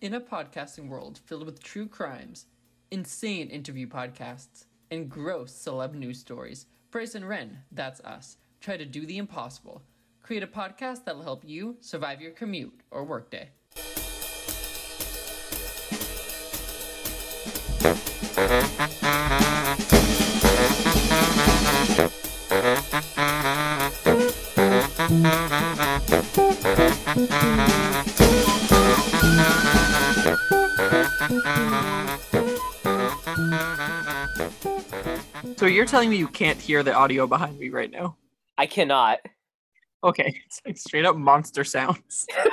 In a podcasting world filled with true crimes, insane interview podcasts, and gross celeb news stories, Bryson Wren, that's us, try to do the impossible. Create a podcast that'll help you survive your commute or workday. So you're telling me you can't hear the audio behind me right now? I cannot. Okay, it's like straight up monster sounds.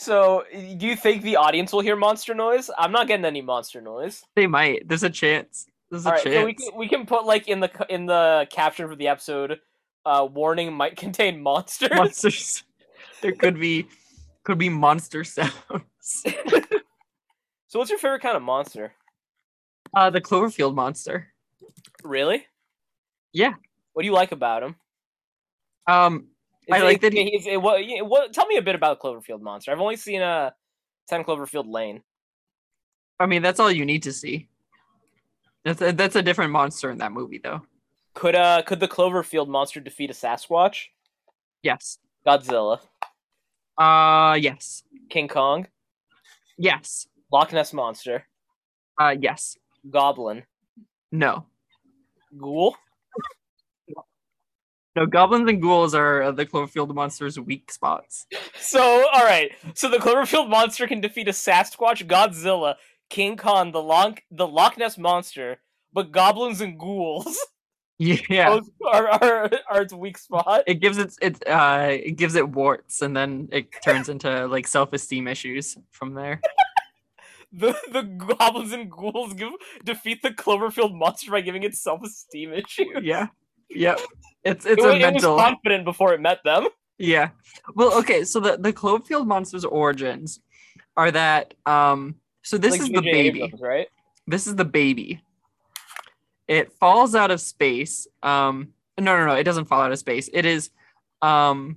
So, do you think the audience will hear monster noise? I'm not getting any monster noise. They might. There's a chance. There's a All right, chance. so we can, we can put like in the co- in the caption for the episode, uh, warning might contain monsters. Monsters. there could be could be monster sounds. So, what's your favorite kind of monster? Uh, the Cloverfield monster. Really? Yeah. What do you like about him? Um, I like that he- He's, it, what, yeah, what, tell me a bit about Cloverfield monster. I've only seen uh, Ten Cloverfield Lane. I mean that's all you need to see. That's a, that's a different monster in that movie though. Could uh could the Cloverfield monster defeat a Sasquatch? Yes. Godzilla, Uh, yes. King Kong, Yes. Loch Ness monster, Uh, yes. Goblin, No. Ghoul. No, goblins and ghouls are uh, the Cloverfield monster's weak spots. So, all right. So the Cloverfield monster can defeat a Sasquatch, Godzilla, King Kong, the Long, the Loch Ness monster, but goblins and ghouls Yeah. those are, are are its weak spot. it gives it it uh it gives it warts and then it turns into like self-esteem issues from there The the goblins and ghouls give, defeat the Cloverfield monster by giving it self esteem issues. yeah yep it's it's it, wa- a it mental was confident before it met them. yeah well okay so the the cloverfield monster's origins are that um so this Like is the J.J. baby Abrams, right? this is the baby it falls out of space um no no no it doesn't fall out of space it is um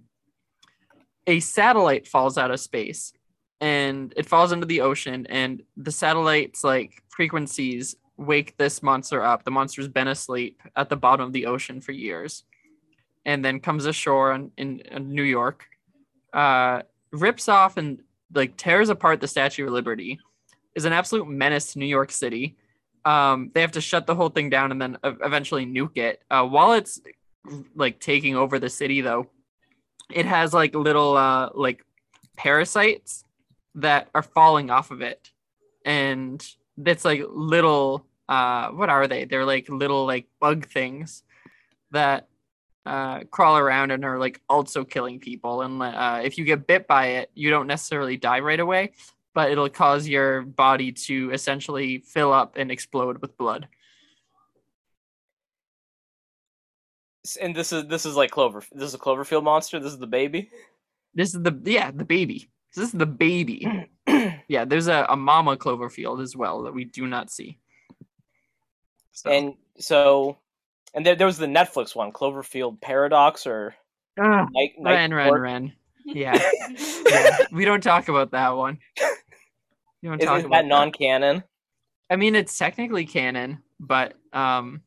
a satellite falls out of space and it falls into the ocean and the satellite's like frequencies wake this monster up the monster's been asleep at the bottom of the ocean for years and then comes ashore in, in, in new york uh rips off and like tears apart the statue of liberty is an absolute menace to New York City. Um, they have to shut the whole thing down and then ev- eventually nuke it. Uh, while it's like taking over the city, though, it has like little uh, like parasites that are falling off of it, and that's like little uh, what are they? They're like little like bug things that uh, crawl around and are like also killing people. And uh, if you get bit by it, you don't necessarily die right away but it'll cause your body to essentially fill up and explode with blood. S- And this is this is like Clover. This is a Cloverfield monster. This is the baby. This is the yeah, the baby. This is the baby. yeah, there's a, a mama Cloverfield as well that we do not see. So And so, and there, there was the Netflix one, Cloverfield Paradox, or Ah, Night. Night Ren, Ren, Court. Ren. Yeah. yeah. We don't talk about that one. You don't Is, talk is about that non-canon? I mean, it's technically canon, but um,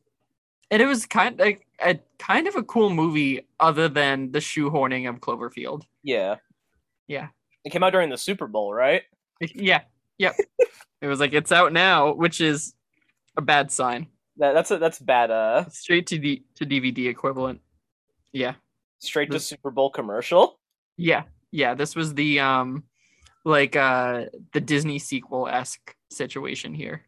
and it was kind like a kind of a cool movie, other than the shoehorning of Cloverfield. Yeah. Yeah. It came out during the Super Bowl, right? Yeah. Yep. it was like it's out now, which is a bad sign. That, that's a that's bad. Uh, Straight to the to DVD equivalent. Yeah. straight to This- Super Bowl commercial. Yeah. Yeah. This was the um like uh the Disney sequel esque situation here.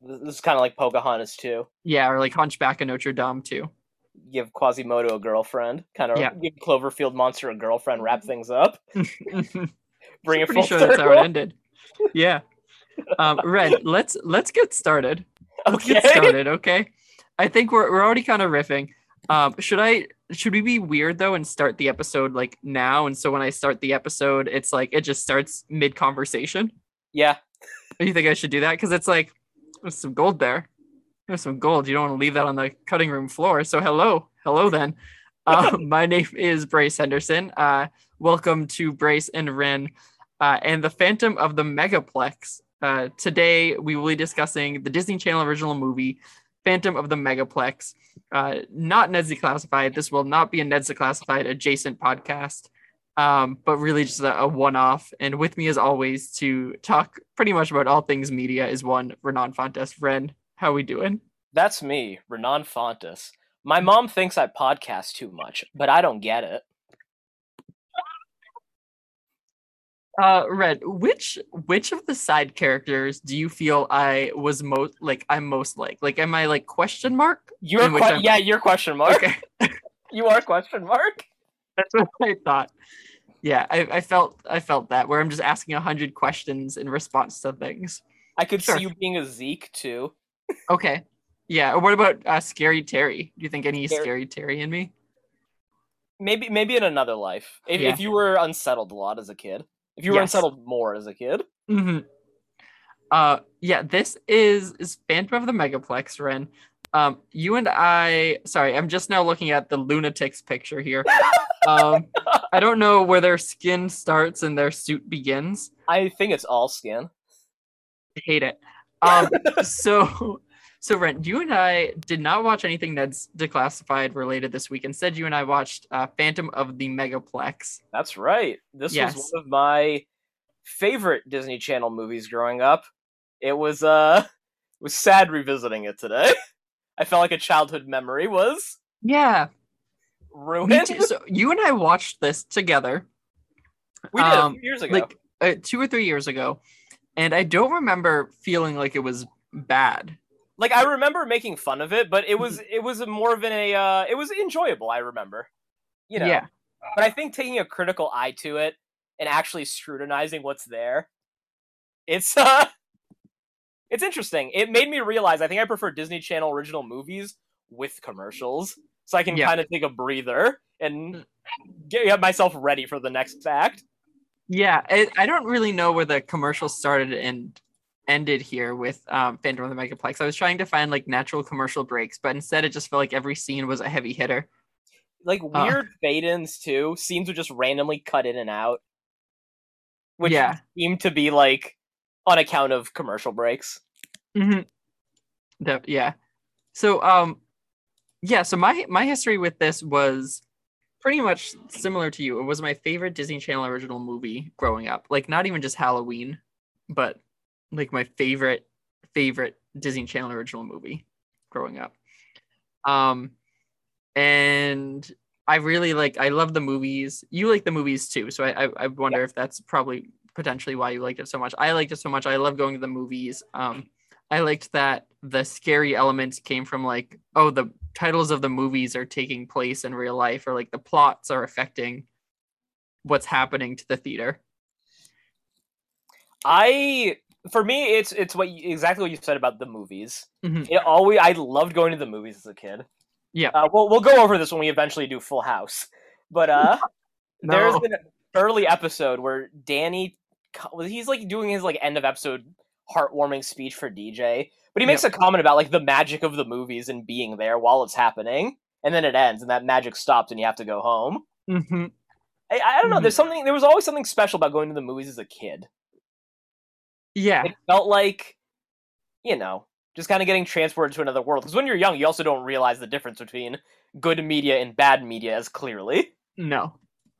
This this is kind of like Pocahontas too. Yeah, or like Hunchback of Notre Dame too. Give Quasimodo a girlfriend, kind of Yeah. Mm-hmm. give Cloverfield Monster a girlfriend, wrap things up, bring it pretty full sure that's how circle. it ended. Yeah. Um, Red, let's let's get started. Let's get Okay. started, okay? I think we're we're already kind of riffing. Um, should I should we be weird though and start the episode like now? And so when I start the episode, it's like it just starts mid conversation. Yeah. Oh, You think I should do that? Because it's like there's some gold there. There's some gold. You don't want to leave that on the cutting room floor. So hello, hello then. Uh, Um, my name is Brace Henderson. Uh, welcome to Brace and Ren, uh, and the Phantom of the Megaplex. Uh, today, we will be discussing the Disney Channel original movie, Phantom of the Megaplex. Uh, not Ned's Classified. This will not be a Ned's Classified adjacent podcast, um, but really just a, a one off. And with me, as always, to talk pretty much about all things media is one Renan Fontes. Ren, how we doing? That's me, Renan Fontes. My Hmm. mom thinks I podcast too much, but I don't get it. Uh, Red, which which of the side characters do you feel I was most like? I'm most like, like, am I like question mark? You're In which que- I'm- yeah, you're question mark. Okay, You are question mark. that's what I thought. Yeah, I, I felt I felt that where I'm just asking a hundred questions in response to things. I could Sure. see you being a Zeke too. Okay, yeah. What about uh, Scary Terry? Do you think any There- Scary Terry in me? Maybe maybe in another life. If, Yeah. if you were unsettled a lot as a kid. If you were Yes. unsettled more as a kid. hmm Uh, yeah, this is is Phantom of the Megaplex, Ren. Um, you and I, sorry, I'm just now looking at the lunatics picture here. Um, I don't know where their skin starts and their suit begins. I think it's all skin. I hate it. Um, so, so Ren, you and I did not watch anything that's declassified related this week. Instead, you and I watched uh, Phantom of the Megaplex. That's right. This Yes. was one of my favorite Disney Channel movies growing up. It was uh it was sad revisiting it today. I felt like a childhood memory was Yeah, me ruined. too. so you and I watched this together. We did a Um, few years ago. like uh, two or three years ago, and I don't remember feeling like it was bad. like I remember making fun of it, but it was it was a more of an a uh, it was enjoyable. I remember, you know. Yeah, But I think taking a critical eye to it and actually scrutinizing what's there, it's uh, it's interesting. It made me realize I think I prefer Disney Channel original movies with commercials, so I can Yeah. kind of take a breather and get get myself ready for the next act. yeah. I, I don't really know where the commercial started and ended here with um, Phantom of the Megaplex. I was trying to find like natural commercial breaks, but instead it just felt like every scene was a heavy hitter. Like Uh. weird fade-ins too. Scenes would just randomly cut in and out, which yeah, seem to be like on account of commercial breaks. hmm Mm-hmm. yeah. So um, yeah. So my my history with this was pretty much similar to you. It was my favorite Disney Channel original movie growing up. Like not even just Halloween, but like my favorite favorite Disney Channel original movie growing up. Um, and I really like I love the movies. You like the movies too, so I I, I wonder if that's probably potentially why you liked it so much. I liked it so much. I love going to the movies. Um, I liked that the scary elements came from like oh the titles of the movies are taking place in real life or like the plots are affecting what's happening to the theater. I for me it's it's what you, exactly what you said about the movies. Mhm. It always I loved going to the movies as a kid. Yeah. Uh, we'll we'll go over this when we eventually do Full House. But uh there's No. an early episode where Danny co- he's like doing his like end of episode heartwarming speech for DJ, but he makes a comment about like the magic of the movies and being there while it's happening, and then it ends and that magic stops and you have to go home. Mhm. I, I don't know. Mhm. There's something. There was always something special about going to the movies as a kid. Yeah. It felt like, you know, just kind of getting transported to another world. Because when you're young, you also don't realize the difference between good media and bad media as clearly. No.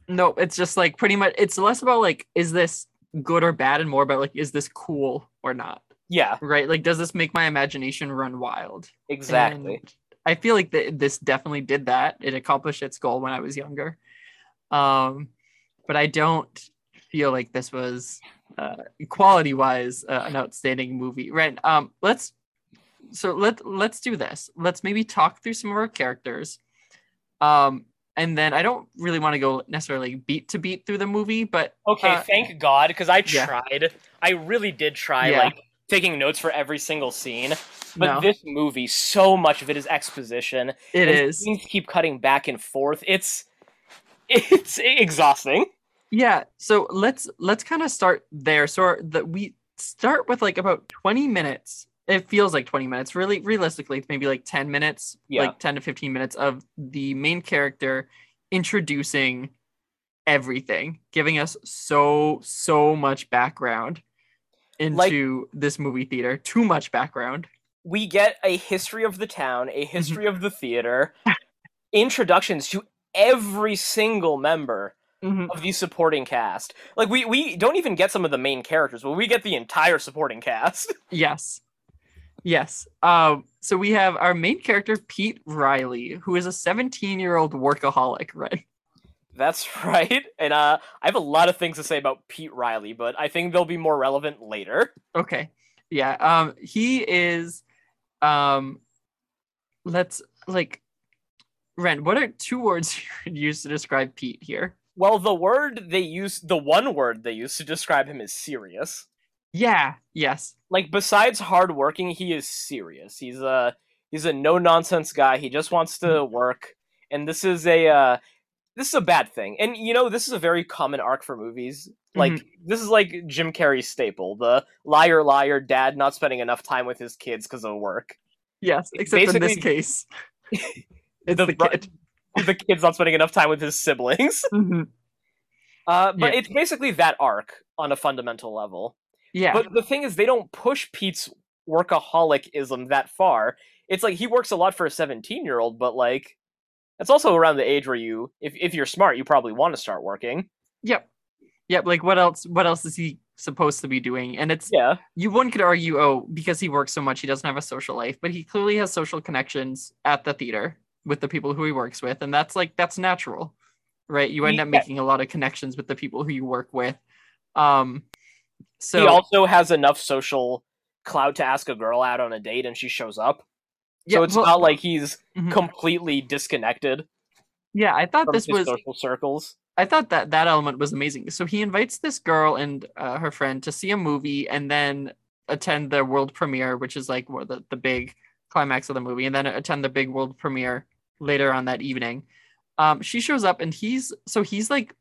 No, it's just like pretty much it's less about like is this good or bad and more about like is this cool or not, Yeah, right? Like does this make my imagination run wild? exactly. And I feel like th- this definitely did that. It accomplished its goal when I was younger. Um, but I don't feel like this was uh, quality wise uh, an outstanding movie. Right. Um, let's so let let's do this. Let's maybe talk through some of our characters. Um, and then I don't really want to go necessarily beat to beat through the movie, but Okay, Uh, thank God, because I yeah. tried. I really did try, Yeah. like taking notes for every single scene. But no, this movie, so much of it is exposition. it and is. Scenes keep cutting back and forth. It's it's exhausting. yeah so let's let's kind of start there so our, that we start with like about 20 minutes it feels like 20 minutes really realistically it's maybe like 10 minutes Yeah. like 10 to 15 minutes of the main character introducing everything, giving us so so much background Like- into this movie theater. Too much background. we get a history of the town, a Mm-hmm. history of the theater, introductions to every single member of the supporting cast. Like we we don't even get some of the main characters, but we get the entire supporting cast. Yes. Yes. Um, so we have our main character, Pete Riley, who is a 17 year old workaholic, right? That's right. And uh I have a lot of things to say about Pete Riley, but I think they'll be more relevant later. Okay. Yeah. Um, he is, um, let's like, Ren, what are two words you would use to describe Pete here? Well, the word they use the one word they use to describe him is serious. Yeah. Yes. like besides hardworking, he is serious. He's a he's a no nonsense guy. He just wants to work, and this is a uh, this is a bad thing. And you know, this is a very common arc for movies. Like this is like Jim Carrey's staple: the liar, liar, dad not spending enough time with his kids because of work. Yes. Except in this basically- case, it's The the, ru- kid. The kid's not spending enough time with his siblings. Mhm. Uh, but Yeah. it's basically that arc on a fundamental level. Yeah. But the thing is, they don't push Pete's workaholicism that far. It's like he works a lot for a 17 year old, but like, that's also around the age where you, if, if you're smart, you probably want to start working. yep. Yep. Like, what else? What else is he supposed to be doing? And it's Yeah. you one could argue, oh, because he works so much, he doesn't have a social life, but he clearly has social connections at the theater with the people who he works with, and that's like that's natural, right? You end Ye- up making a lot of connections with the people who you work with. Um, so he also has enough social clout to ask a girl out on a date and she shows up. so Yeah, it's well, not like he's mhm. completely disconnected yeah, I thought from this his was social circles. I thought that that element was amazing. So he invites this girl and uh, her friend to see a movie and then attend the world premiere, which is like where the, the big climax of the movie, and then attend the big world premiere later on that evening. Um, she shows up and he's so he's like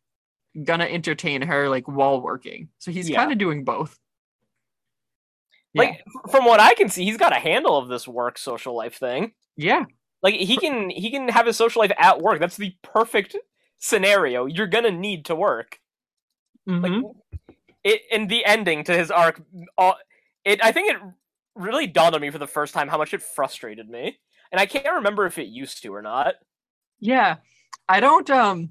gonna entertain her like while working. So he's Yeah. kind of doing both. Yeah. Like, from what I can see, he's got a handle of this work social life thing. yeah, Like he can he can have his social life at work. That's the perfect scenario. You're gonna need to work. Like Mhm. it and the ending to his arc. All, it I think it really dawned on me for the first time how much it frustrated me, and I can't remember if it used to or not. yeah. I don't um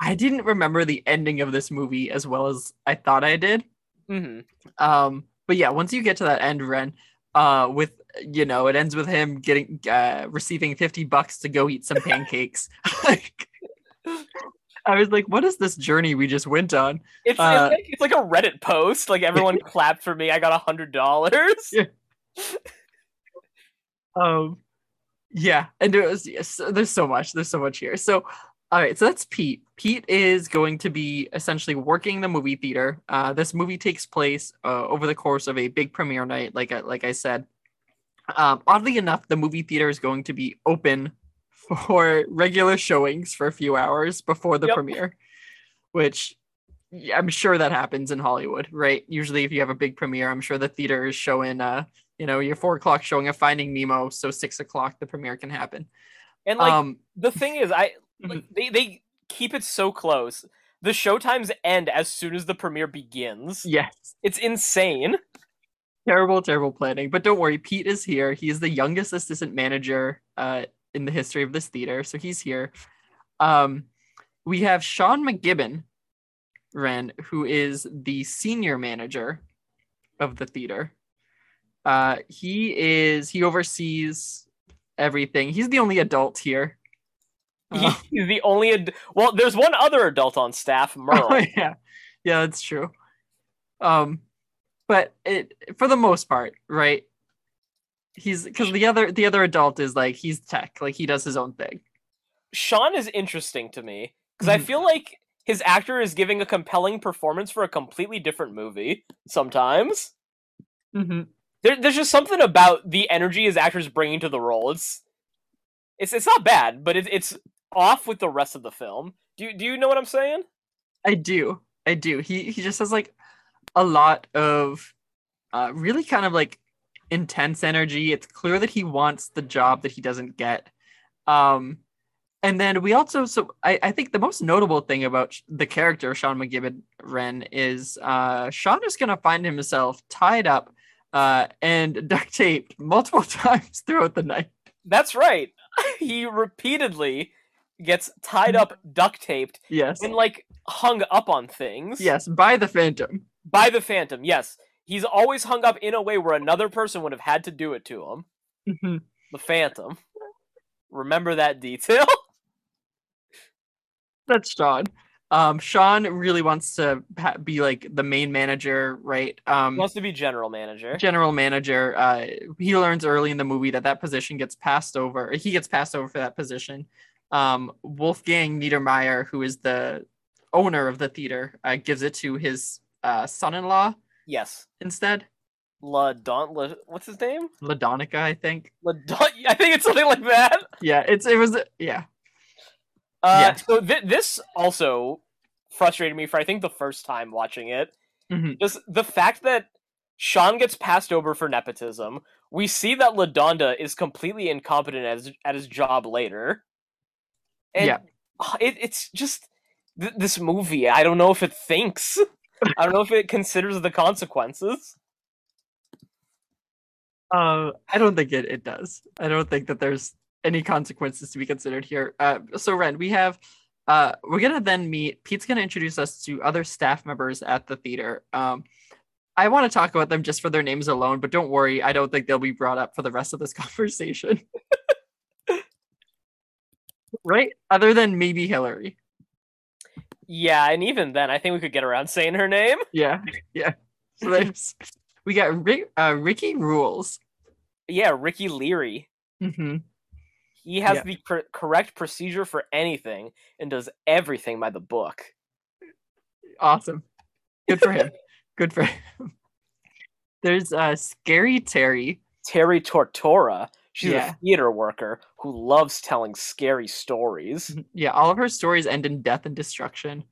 I didn't remember the ending of this movie as well as I thought I did. Mm-hmm. Um, but yeah, once you get to that end, Ren, uh, with you know, it ends with him getting uh, receiving fifty bucks to go eat some pancakes. like, I was like, what is this journey we just went on? It's Uh, it's, like, it's like a Reddit post. Like everyone clapped for me. I got a hundred dollars. Yeah. Um, yeah, and it was yes, there's so much, there's so much here. So, all right, so that's Pete. Pete is going to be essentially working the movie theater. Uh, this movie takes place uh, over the course of a big premiere night, like I, like I said. Um, oddly enough, the movie theater is going to be open for regular showings for a few hours before the Yep. premiere, which yeah, I'm sure that happens in Hollywood, right? Usually, if you have a big premiere, I'm sure the theater is showing, uh, you know, your four o'clock showing of Finding Nemo, so six o'clock the premiere can happen. And like um, the thing is, I like, Mhm. they they keep it so close. The show times end as soon as the premiere begins. yes, It's insane. terrible, terrible planning. But don't worry, Pete is here. He is the youngest assistant manager uh, in the history of this theater, so he's here. Um, we have Sean McGibbon, Ren, who is the senior manager of the theater. Uh, he is he oversees everything. He's the only adult here. Uh, He's the only ad- well. There's one other adult on staff, Merle. Oh, yeah, yeah, that's true. Um, but it for the most part, right? He's because the other the other adult is like he's tech, like he does his own thing. Sean is interesting to me because I Mhm. feel like his actor is giving a compelling performance for a completely different movie. Sometimes there, there's just something about the energy his actor is bringing to the role. It's it's it's not bad, but it, it's off with the rest of the film. Do you- do you know what I'm saying? I do, I do. He he just has like a lot of uh, really kind of like intense energy. It's clear that he wants the job that he doesn't get. Um, and then we also so I, I think the most notable thing about sh- the character of Sean McGibbon Wren is uh, Sean is going to find himself tied up uh, and duct taped multiple times throughout the night. That's right. he repeatedly gets tied up, duct taped, Yes, and like hung up on things. yes, by the Phantom. By the Phantom, yes. He's always hung up in a way where another person would have had to do it to him. Mhm. The Phantom. Remember that detail? That's Sean. Um, Sean really wants to ha- be like the main manager, right? Um, Wants to be general manager. general manager. Uh, he learns early in the movie that that position gets passed over. He gets passed over for that position. Um, Wolfgang Niedermeyer, who is the owner of the theater, uh, gives it to his uh, son-in-law yes. instead, La Don La, what's his name? Ladonica, I think. La Don, I think it's something like that. Yeah, it's it was yeah. Uh, Yeah. So th- this also frustrated me for I think the first time watching it. Mhm. Just the fact that Sean gets passed over for nepotism. We see that Ladonda is completely incompetent as, at his job later. And Yeah. it, it's just th- this movie. I don't know if it thinks. I don't know if it considers the consequences. Uh, I don't think it it does. I don't think that there's any consequences to be considered here. Uh, so Ren, we have. Uh, we're gonna then meet. Pete's gonna introduce us to other staff members at the theater. Um, I want to talk about them just for their names alone, but don't worry, I don't think they'll be brought up for the rest of this conversation. right? Other than maybe Hillary. Yeah, and even then, I think we could get around saying her name. Yeah, yeah. So there's, we got Rick, uh, Ricky Rules. Yeah, Ricky Leary. hmm He has Yeah. the cor- correct procedure for anything and does everything by the book. Awesome. Good for him. Good for him. There's uh Scary Terry. Terry Tortora, she's Yeah. a theater worker who loves telling scary stories. Yeah, all of her stories end in death and destruction.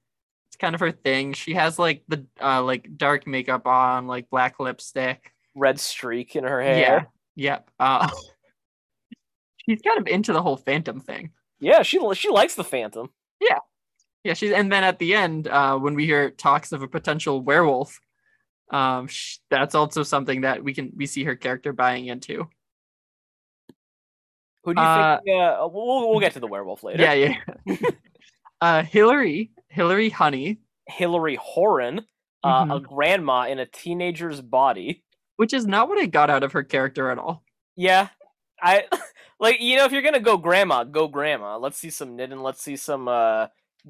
It's kind of her thing. She has like the uh like dark makeup on, like black lipstick. Red streak in her hair. Yeah. Yep. Uh she's kind of into the whole phantom thing. Yeah, she li- she likes the Phantom. Yeah, she's and then at the end, uh when we hear talks of a potential werewolf, um sh- that's also something that we can we see her character buying into. Who do you think? Uh, we'll- we'll, we'll get to the werewolf later. Yeah, yeah. uh, Hillary, Hillary Honey, Hillary Horan, uh, Mm-hmm. a grandma in a teenager's body. which is not what I got out of her character at all. Yeah, I like you know if you're gonna go grandma, go grandma. Let's see some knitting. Let's see some uh,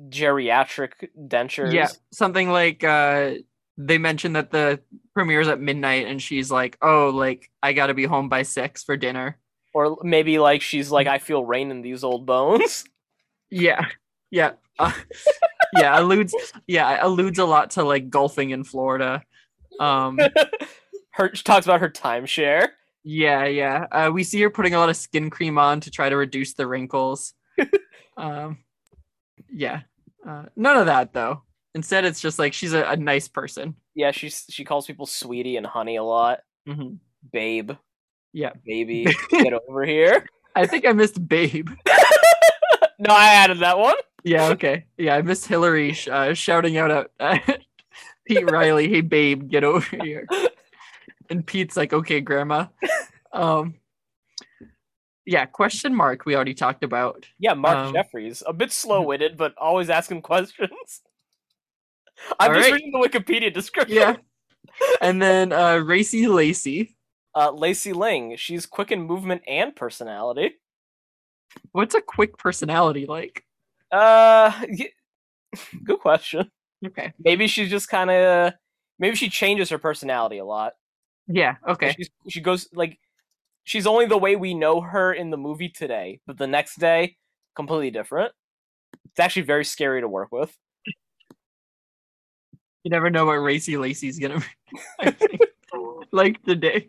geriatric dentures. Yeah, something like uh, they mentioned that the premiere's at midnight, and she's like, "Oh, like I got to be home by six for dinner." or maybe like she's Mm. like i feel rain in these old bones Yeah, yeah, uh, yeah. Alludes, yeah, alludes a lot to like golfing in Florida. Um, her she talks about her timeshare yeah, yeah. Uh, we see her putting a lot of skin cream on to try to reduce the wrinkles. um, yeah, uh, none of that though. Instead, it's just like she's a, a nice person. yeah she's she calls people sweetie and honey a lot Mhm. babe Yeah. baby get over here I think I missed Babe. no i added that one Yeah, okay. Yeah, I missed Hillary sh- uh, shouting out at at Pete Riley, "Hey Babe, get over here!" And Pete's like, "Okay, Grandma." Um, yeah, question mark. We already talked about. yeah mark Um, jeffries a bit slow-witted but always asking questions i'm All just right. reading the wikipedia description Yeah. And then uh, Racy Lacey. uh lacey ling she's quick in movement and personality What's a quick personality like? uh y- good question Okay. maybe she's just kind of maybe she changes her personality a lot Yeah. Like, Okay. she's, she goes like she's only the way we know her in the movie today but the next day completely different it's actually very scary to work with You never know what Racy Lacey's gonna be. I think. like today.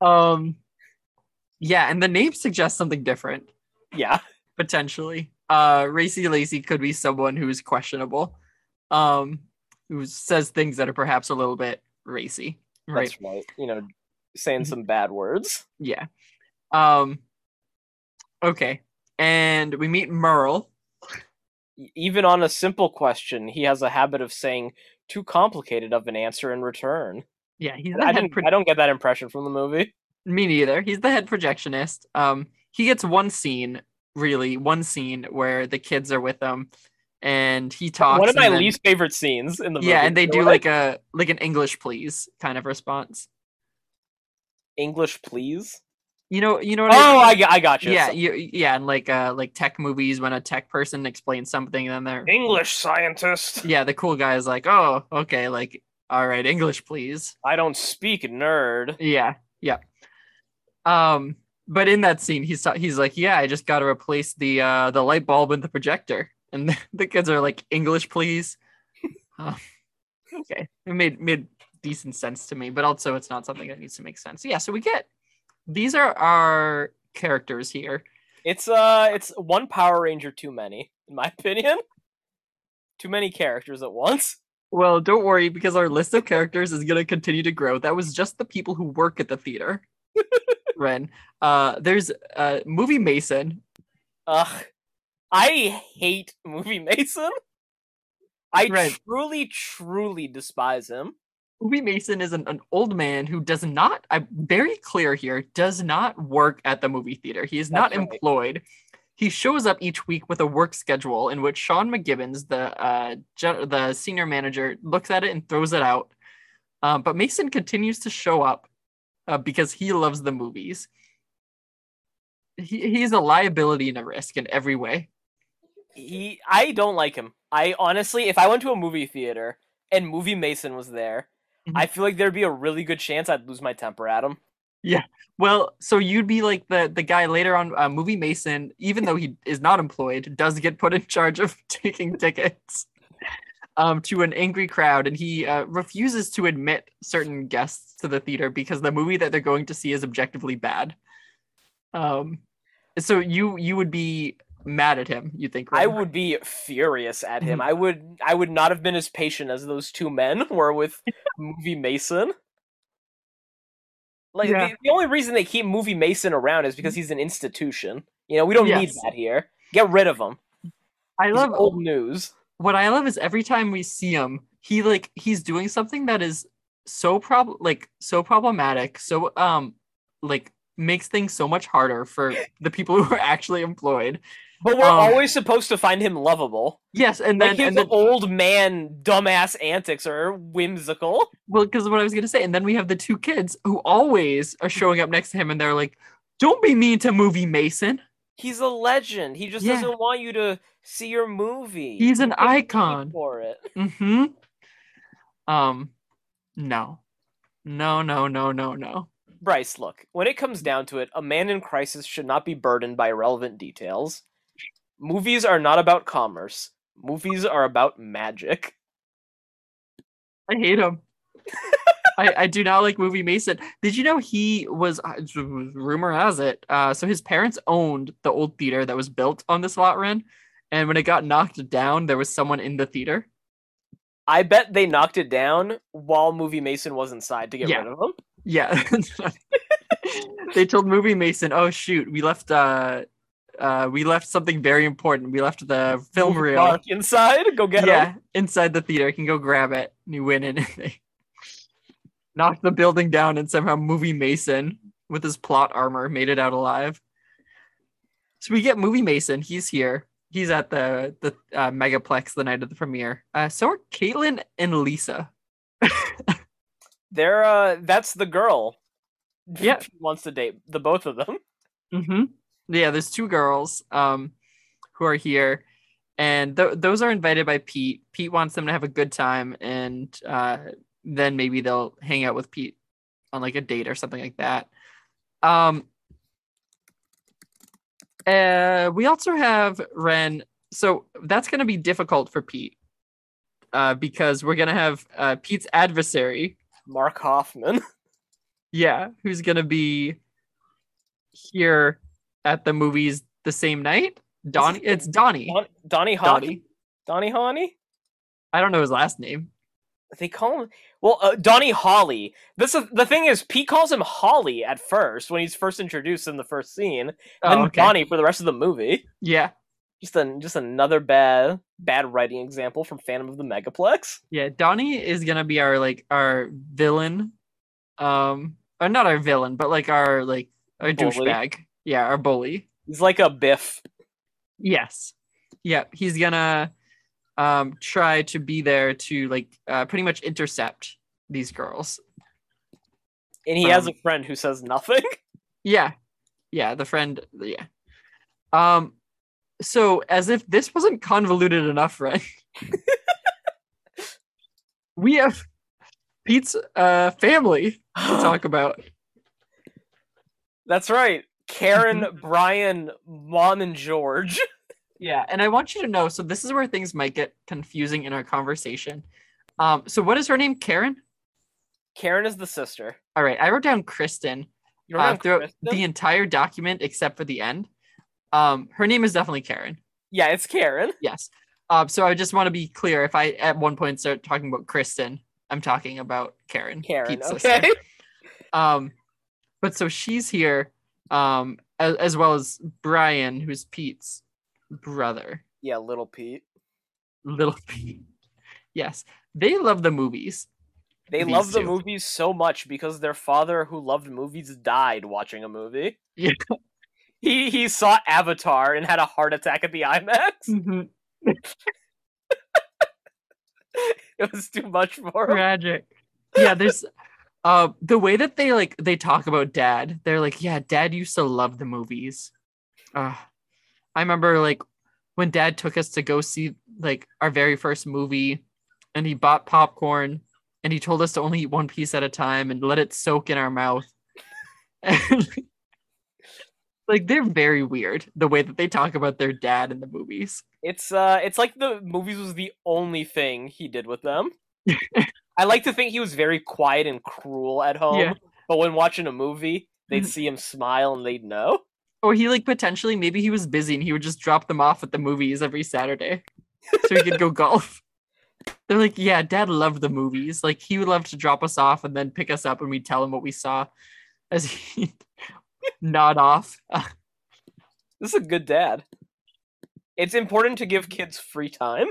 um. Yeah, and the name suggests something different yeah potentially. Uh, Racy Lacey could be someone who is questionable, um, who says things that are perhaps a little bit racy. Right. Mm-hmm. that's right you know saying some bad words Yeah. Um Okay. And we meet Merle. E, Even on a simple question, he has a habit of saying too complicated of an answer in return. Yeah, he's the I, head didn't, pro- I don't get that impression from the movie. me neither. He's the head projectionist. Um, he gets one scene, really, one scene where the kids are with him, and he talks. One of and my then- least favorite scenes in the movie. Yeah, and they So do what- like a like an English please kind of response. English, please. You know, you know what Oh, I I, got- I got you. yeah, you, yeah, and like uh like tech movies when a tech person explains something, then they're English scientist. yeah, the cool guy is like, oh, okay, like all right, English please. I don't speak nerd. Yeah, yeah. Um, but in that scene, he's ta- he's like, yeah, I just got to replace the uh the light bulb and the projector, and the kids are like, English please. um, okay, it made made decent sense to me, but also it's not something that needs to make sense. Yeah, so we get these are our characters here. It's uh, it's one Power Ranger too many, in my opinion. Too many characters at once. Well, don't worry because our list of characters is going to continue to grow. That was just the people who work at the theater. Ren, uh, there's uh, movie Mason. Ugh, I hate Movie Mason. I Right. truly, truly despise him. Movie Mason is an, an old man who does not. I'm very clear here. Does not work at the movie theater. He is not That's right. employed. He shows up each week with a work schedule in which Sean McGibbons, the uh, gen- the senior manager, looks at it and throws it out. Uh, but Mason continues to show up uh, because he loves the movies. He, he's a liability and a risk in every way. He, I don't like him. I honestly, if I went to a movie theater and Movie Mason was there, Mhm. I feel like there'd be a really good chance I'd lose my temper at him. Well, so you'd be like the the guy later on, uh, movie Mason, even though he is not employed, does get put in charge of taking tickets um, to an angry crowd, and he uh, refuses to admit certain guests to the theater because the movie that they're going to see is objectively bad. Um, so you you would be mad at him, you think? I Ren? would be furious at him. Mhm. I would I would not have been as patient as those two men were with Movie Mason. Like Yeah. Mm-hmm. the, the only reason they keep Movie Mason around is because he's an institution. You know, we don't need Yes. that here. Get rid of him. I He's love old news. what I love is every time we see him, he like he's doing something that is so prob like so problematic, so um like makes things so much harder for the people who are actually employed. But we're Um, always supposed to find him lovable. Yes, and then Like his and then old man dumbass antics are whimsical. well, because what I was gonna say, and then we have the two kids who always are showing up next to him, and they're like, "Don't be mean to movie Mason. He's a legend. He just Yeah. doesn't want you to see your movie. He's an Get paid icon." for it. Mm-hmm. Um, no, no, no, no, no, no. Bryce, look, when it comes down to it, a man in crisis should not be burdened by irrelevant details. Movies are not about commerce. Movies are about magic. I hate him. I, I do not like movie Mason. Did you know he was uh, rumor has it? Uh, so his parents owned the old theater that was built on this lot rent, and when it got knocked down, there was someone in the theater. I bet they knocked it down while Movie Mason was inside to get Yeah. rid of him. Yeah, they told movie Mason, "Oh shoot, we left uh, uh, we left something very important. We left the film Movie reel." Mark inside, go get yeah, him. inside the theater, you can go grab it, and you win it. And they knocked the building down, and somehow Movie Mason, with his plot armor, made it out alive. So we get Movie Mason. He's here. He's at the the uh, Megaplex the night of the premiere. Uh, so are Caitlin and Lisa. They're uh that's the girl. Yeah. She wants to date the both of them. Mm-hmm. Yeah, there's two girls um, who are here, and th- those are invited by Pete. Pete wants them to have a good time, and uh, then maybe they'll hang out with Pete on like a date or something like that. Um, uh, we also have Ren. So that's going to be difficult for Pete uh, because we're going to have uh, Pete's adversary, Mark Hoffman. yeah, who's gonna be here at the movies the same night? Donnie. It's Donnie. Don- Donnie Hoffman. Donnie. Donnie Hawney? I don't know his last name. they call him well uh, Donnie Holly. This is the thing is Pete calls him Holly at first when he's first introduced in the first scene, and Oh, okay. Donnie for the rest of the movie. Yeah. Just an just another bad bad writing example from Phantom of the Megaplex. Yeah. Donnie is gonna be our like our villain. Um or not our villain, but like our like our Bully. douchebag. Yeah, our bully. He's like a Biff. Yes. Yeah, he's gonna um try to be there to like uh, pretty much intercept these girls. And he has a Um, friend who says nothing. Yeah. Yeah, the friend yeah. Um so as if this wasn't convoluted enough, right? we have Pete's uh family to talk about. That's right. Karen, Brian, Mom, and George. Yeah, and I want you to know so this is where things might get confusing in our conversation. Um so what is her name? Karen? Karen is the sister. All right, I wrote down Kristen. You uh, remember throughout Kristen? the entire document except for the end. Um, her name is definitely Karen. yeah, it's Karen. Yes. Um, so I just want to be clear. If I at one point start talking about Kristen, I'm talking about Karen. Karen. Pete's sister. okay. Um, but so she's here, um, as, as well as Brian, who's Pete's brother, Yeah, little Pete. little Pete. Yes, they love the movies. They These love the two. movies so much because their father, who loved movies, died watching a movie. Yeah. He he saw Avatar and had a heart attack at the Mm. IMAX. It was too much for him. tragic. Yeah, there's uh the way that they like they talk about dad. They're like, yeah, dad used to love the movies. Uh, I remember like when dad took us to go see like our very first movie and he bought popcorn and he told us to only eat one piece at a time and let it soak in our mouth. And, like they're very weird the way that they talk about their dad in the movies. It's uh it's like the movies was the only thing he did with them. I like to think he was very quiet and cruel at home, Yeah. but when watching a movie, they'd Mhm. see him smile and they'd know. Or he like potentially maybe he was busy and he would just drop them off at the movies every Saturday so he could go golf. They're like, yeah, dad loved the movies. Like he would love to drop us off and then pick us up and we'd tell him what we saw as he nod off. This is a good dad. It's important to give kids free time.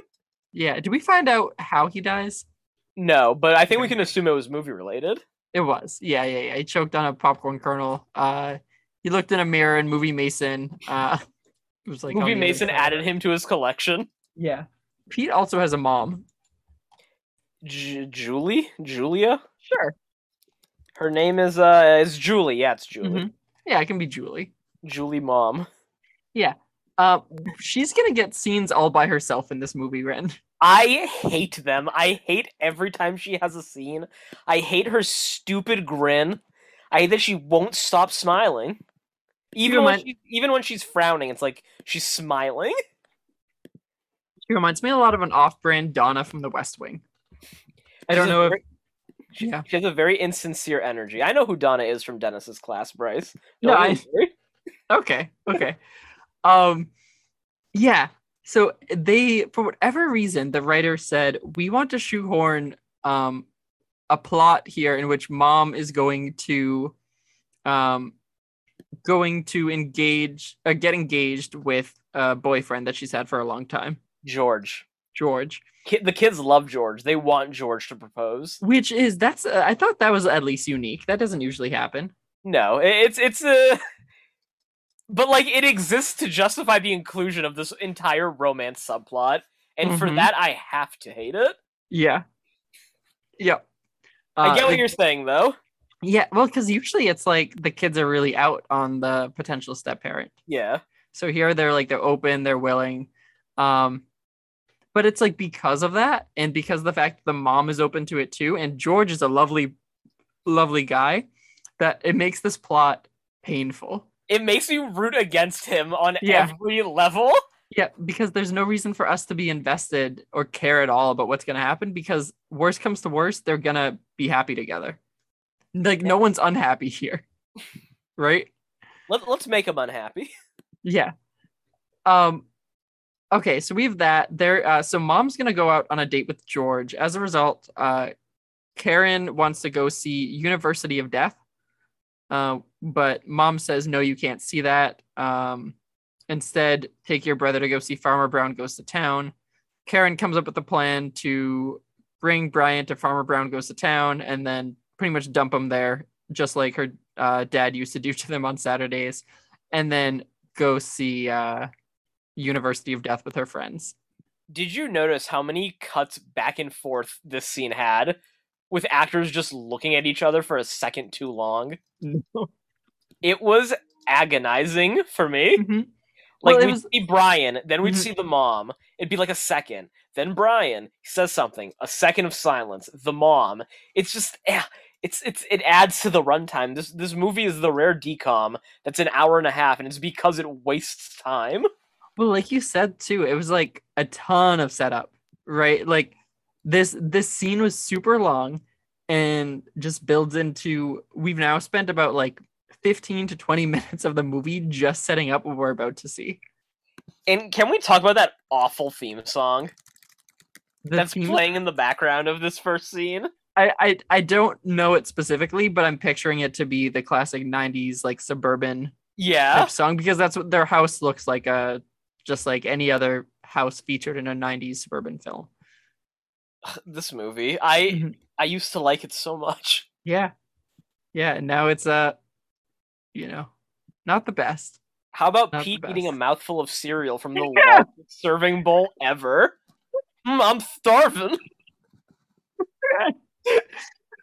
yeah. Did we find out how he dies? No, but I think we Okay. can assume it was movie related. It was. Yeah, yeah, yeah. He choked on a popcorn kernel. Uh he looked in a mirror and movie Mason uh was like on movie the other Mason side. added him to his collection. Yeah. Pete also has a mom. J- Julie, Julia. Sure. Her name is uh is Julie. Yeah, it's Julie. Mhm. Yeah, it can be Julie. Julie mom. Uh, she's gonna get scenes all by herself in this movie, Ren. I hate them. I hate every time she has a scene. I hate her stupid grin. I hate that she won't stop ssmiling. Even when remind- she, even when she's frowning, it's like she's smiling. She reminds me a lot of an off-brand Donna from The West Wing. I She's don't a know if very- she, yeah. she has a very insincere energy. I know who Donna is from Dennis's class, Bryce. No, Don't I- you worry. Okay, okay. um, yeah. So they, for whatever reason, the writer said we want to shoehorn um a plot here in which mom is going to um going to engage uh, get engaged with a boyfriend that she's had for a long time, George. George. Ki- the kids love George. They want George to propose. which is that's uh, i thought that was at least unique that doesn't usually happen No, i- it's it's a. But like, it exists to justify the inclusion of this entire romance subplot, and for Mhm. that, I have to hate it. yeah yep I Uh, get what the- you're saying, though. yeah well because usually it's like the kids are really out on the potential step parent Yeah, so here they're like they're open they're willing um but it's like because of that and because of the fact that the mom is open to it too and george is a lovely lovely guy that it makes this plot painful it makes me root against him on Yeah. every level. Yeah, because there's no reason for us to be invested or care at all about what's going to happen because worst comes to worst, they're going to be happy together. Like, no one's unhappy here. Right? Let, let's make him unhappy. Yeah. Um, okay, so we have that there. Uh, so mom's gonna go out on a date with George. As a result, uh, Karen wants to go see University of Death, uh, but mom says no, you can't see that. Um, instead, take your brother to go see Farmer Brown Goes to Town. Karen comes up with a plan to bring Brian to Farmer Brown Goes to Town, and then pretty much dump him there, just like her uh, dad used to do to them on Saturdays, and then go see. Uh, University of Death with her friends. Did you notice how many cuts back and forth this scene had with actors just looking at each other for a second too long? It was agonizing for me. Mhm. Like Well, it we'd was- see Brian, then we'd Mhm. see the mom. It'd be like a second. Then Brian he says something, a second of silence, the mom. It's just eh, it's it's it adds to the runtime. This this movie is the rare decom that's an hour and a half and it's because it wastes time. Well, like you said too, it was like a ton of setup, right? Like this this scene was super long and just builds into we've now spent about like 15 to 20 minutes of the movie just setting up what we're about to see. And can we talk about that awful theme song? The that's theme- playing in the background of this first scene. I, I I don't know it specifically, but I'm picturing it to be the classic 90s like suburban Yeah. type song because that's what their house looks like uh just like any other house featured in a 90s suburban film. This movie. I Mhm. I used to like it so much. Yeah. Yeah, and now it's uh you know, not the best. How about Not the Pete eating a best. mouthful of cereal from the Yeah. largest serving bowl ever? Mm, I'm starving.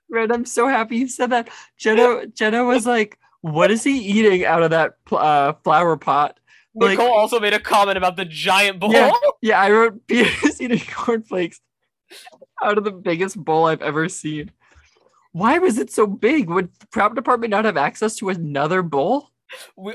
Right, I'm so happy you said that. Jenna Jenna was like, "What is he eating out of that pl- uh, flower pot?" Like- Nicole also made a comment about the giant bowl. Yeah. Yeah, I wrote Peter's eating cornflakes out of the biggest bowl I've ever seen. Why was it so big? Would the prop department not have access to another bowl?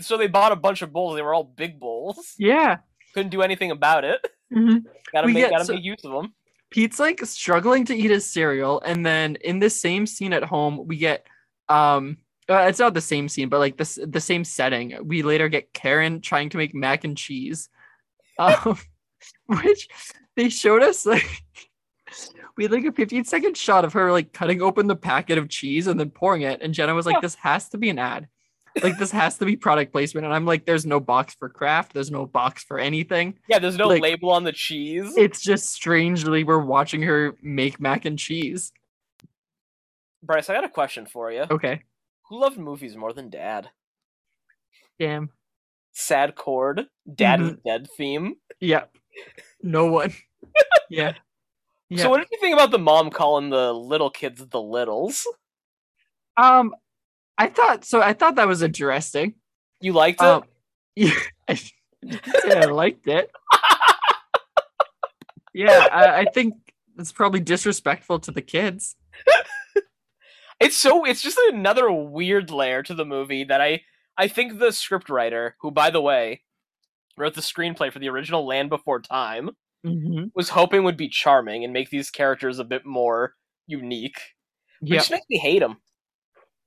so they bought a bunch of bowls. They were all big bowls. Yeah. Couldn't do anything about it. Mm-hmm. Gotta We make get gotta so- make use of them. Pete's like struggling to eat his cereal, and then in this same scene at home, we get um uh, it's not the same scene, but like this the same setting. We later get Karen trying to make mac and cheese, um, which they showed us like we had like a 15 second shot of her like cutting open the packet of cheese and then pouring it, and Jenna was like, Yeah. "This has to be an ad." Like this has to be product placement, and I'm like, there's no box for craft, there's no box for anything Yeah, there's no Like- label on the cheese. it's just strangely we're watching her make mac and cheese. Bryce, I got a question for you. Okay. Who loved movies more than Dad? Damn. Sad chord, Dad Mm-hmm. is dead theme. Yeah. No one. yeah. Yeah. So what did you think about the mom calling the little kids the littles? um I thought so I thought that was interesting. You liked it? Um yeah, I, yeah, I liked it. Yeah, I, I think it's probably disrespectful to the kids. It's so it's just another weird layer to the movie that I I think the scriptwriter, who by the way wrote the screenplay for the original Land Before Time, Mm-hmm. was hoping would be charming and make these characters a bit more unique. Yeah. Which makes me hate them.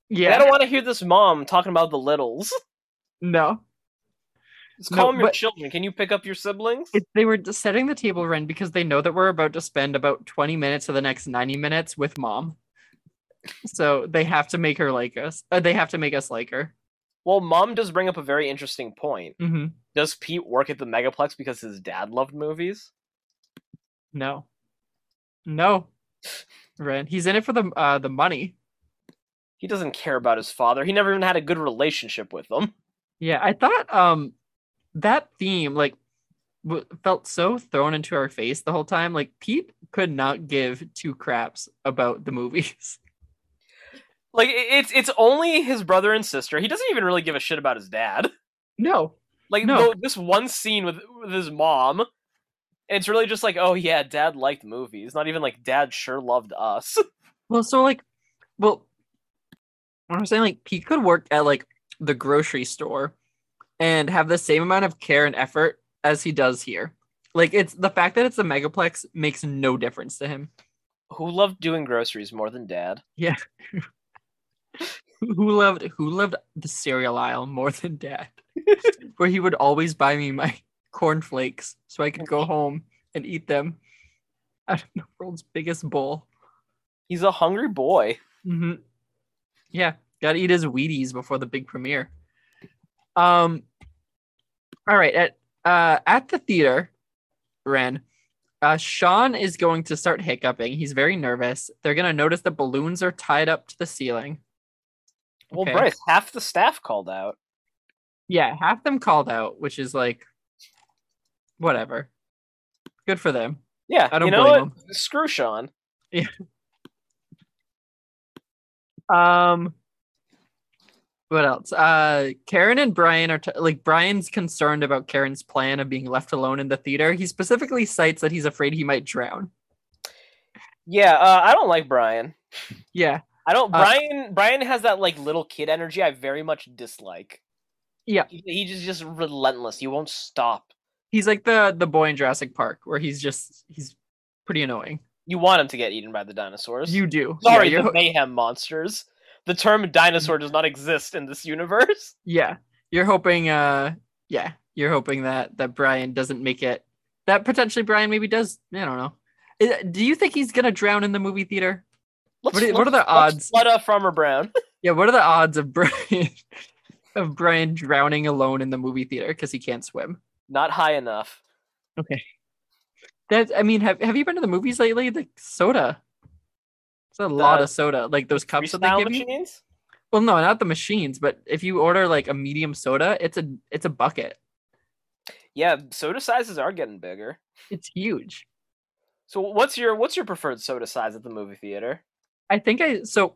Yeah. I don't want to hear this mom talking about the littles. no. Just No, call 'em your but- children. Can you pick up your siblings? It, they were just setting the table, Ren, because they know that we're about to spend about 20 minutes of the next 90 minutes with mom. So they have to make her like us. Uh, they have to make us like her. Well, mom does bring up a very interesting point. hmm Does Pete work at the Megaplex because his dad loved movies? No. No. Ren, he's in it for the uh, the money. he doesn't care about his father. He never even had a good relationship with him. Yeah, I thought um that theme like w- felt so thrown into our face the whole time. Like Pete could not give two craps about the movies. Like i- it's it's only his brother and sister. He doesn't even really give a shit about his dad. No. Like No. though, this one scene with with his mom, and it's really just like, oh yeah, dad liked movies. Not even like dad sure loved us. Well, so like, well, what I'm saying, like, Pete could work at like the grocery store and have the same amount of care and effort as he does here. Like, it's the fact that it's the megaplex makes no difference to him. Who loved doing groceries more than dad? Who loved who loved the cereal aisle more than Dad, where he would always buy me my cornflakes so I could go home and eat them out of the world's biggest bowl. He's a hungry boy. hmm Yeah, gotta eat his Wheaties before the big premiere. Um. All right, at uh at the theater, Ren, uh, Sean is going to start hiccuping. He's very nervous. They're gonna notice the balloons are tied up to the ceiling. Well, Okay. Bryce, half the staff called out. Yeah, half them called out, which is like, whatever. Good for them. Yeah, I don't you know blame what? Screw Sean. them. Um, what else? Uh, Karen and Brian are t- like Brian's concerned about Karen's plan of being left alone in the theater. He specifically cites that he's afraid he might drown. Yeah, uh, I don't like Brian. Yeah, I don't. Uh, Brian. Brian has that like little kid energy. I very much dislike. Yeah. he, he just just relentless. He won't stop. he's like the the boy in Jurassic Park, where he's just he's pretty annoying. You want him to get eaten by the dinosaurs. You do. Yeah, Sorry, you're- the mayhem monsters. The term dinosaur does not exist in this universe. yeah you're hoping uh yeah you're hoping that that brian doesn't make it that potentially brian maybe does i don't know I- do you think he's gonna drown in the movie theater Let's, What are- what let's- are the let's odds? flood up Farmer Brown. yeah what are the odds of brian of brian drowning alone in the movie theater because he can't swim not high enough. that i mean have, have you been to the movies lately like soda it's a lot of soda like those cups that they Freestyle give you machines? well no not the machines but if you order like a medium soda it's a it's a bucket Yeah, soda sizes are getting bigger. it's huge So what's your what's your preferred soda size at the movie theater? I think I so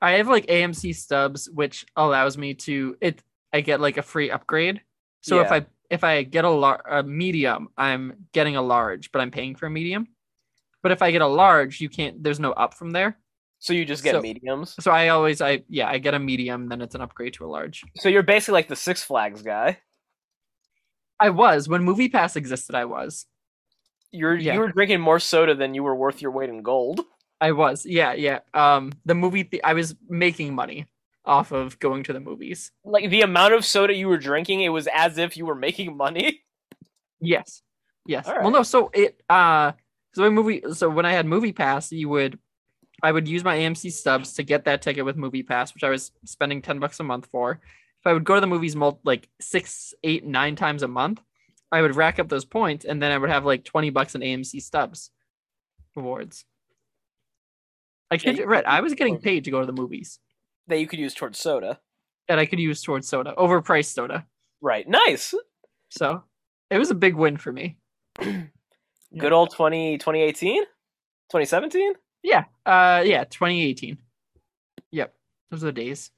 I have like AMC stubs, which allows me to it. I get like a free upgrade. So if Yeah. I if I get a, lar- a medium, I'm getting a large, but I'm paying for a medium. But if I get a large, you can't. There's no up from there. So you just get So- mediums. So I always I yeah I get a medium, then it's an upgrade to a large. So you're basically like the Six Flags guy. I was when Movie Pass existed. I was You're Yeah. you were drinking more soda than you were worth your weight in gold. I was yeah yeah. Um, the movie the- I was making money off of going to the movies. Like the amount of soda you were drinking, it was as if you were making money. Yes. Yes. All Well, no. So it uh, so when movie, so when I had Movie Pass, you would, I would use my AMC stubs to get that ticket with Movie Pass, which I was spending ten bucks a month for. If I would go to the movies mul- like six, eight, nine times a month, I would rack up those points, and then I would have like twenty bucks in AMC stubs rewards. I Yeah, kid you you, Red, could use I was getting rewards. paid to go to the movies That you could use towards soda. that I could use towards soda, overpriced soda. Right. Nice. So it was a big win for me. Good old 20, 2018? 2017? Yeah. Uh yeah, 2018. Yep. Those are the days.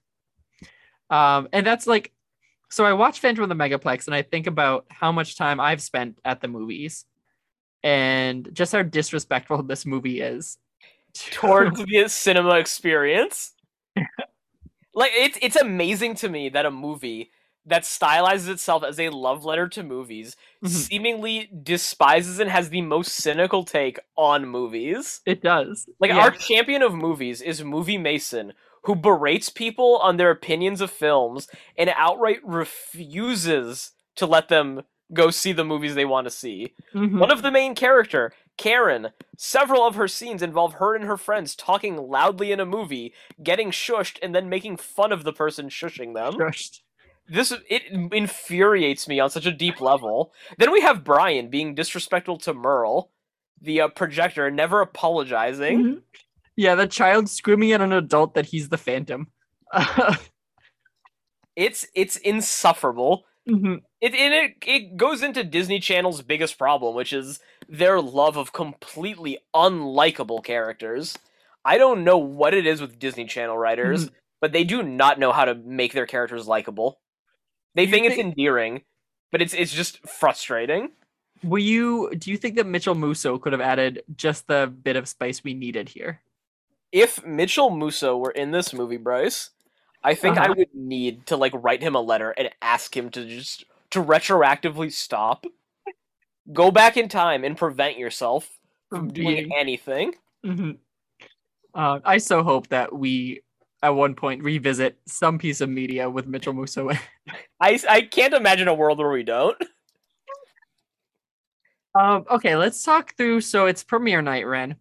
Um and that's like so I watch Phantom of the Megaplex and I think about how much time I've spent at the movies and just how disrespectful this movie is to- towards the cinema experience. like it's it's amazing to me that a movie that stylizes itself as a love letter to movies Mhm. seemingly despises and has the most cynical take on movies. it does. Like yeah. our champion of movies is Movie Mason, who berates people on their opinions of films and outright refuses to let them go see the movies they want to see. Mhm. One of the main character, Karen, several of her scenes involve her and her friends talking loudly in a movie, getting shushed, and then making fun of the person shushing them. Crushed. This it infuriates me on such a deep level. Then we have Brian being disrespectful to Merle, the uh, projector, never apologizing. Mhm. Yeah, the child screaming at an adult that he's the phantom. Mm-hmm. It's it's insufferable. Mhm. It, and it it goes into Disney Channel's biggest problem, which is their love of completely unlikable characters. I don't know what it is with Disney Channel writers, Mm-hmm. but they do not know how to make their characters likable. They You think, it's think- endearing, but it's it's just frustrating. Will you do you think that Mitchell Musso could have added just the bit of spice we needed here? If Mitchell Musso were in this movie, Bryce, I think I Uh-huh. would need to like write him a letter and ask him to just to retroactively stop, go back in time, and prevent yourself from doing anything. hmm Uh, I so hope that we at one point revisit some piece of media with Mitchell Musso. I, I can't imagine a world where we don't. Um, okay, let's talk through. So it's premiere night, Ren.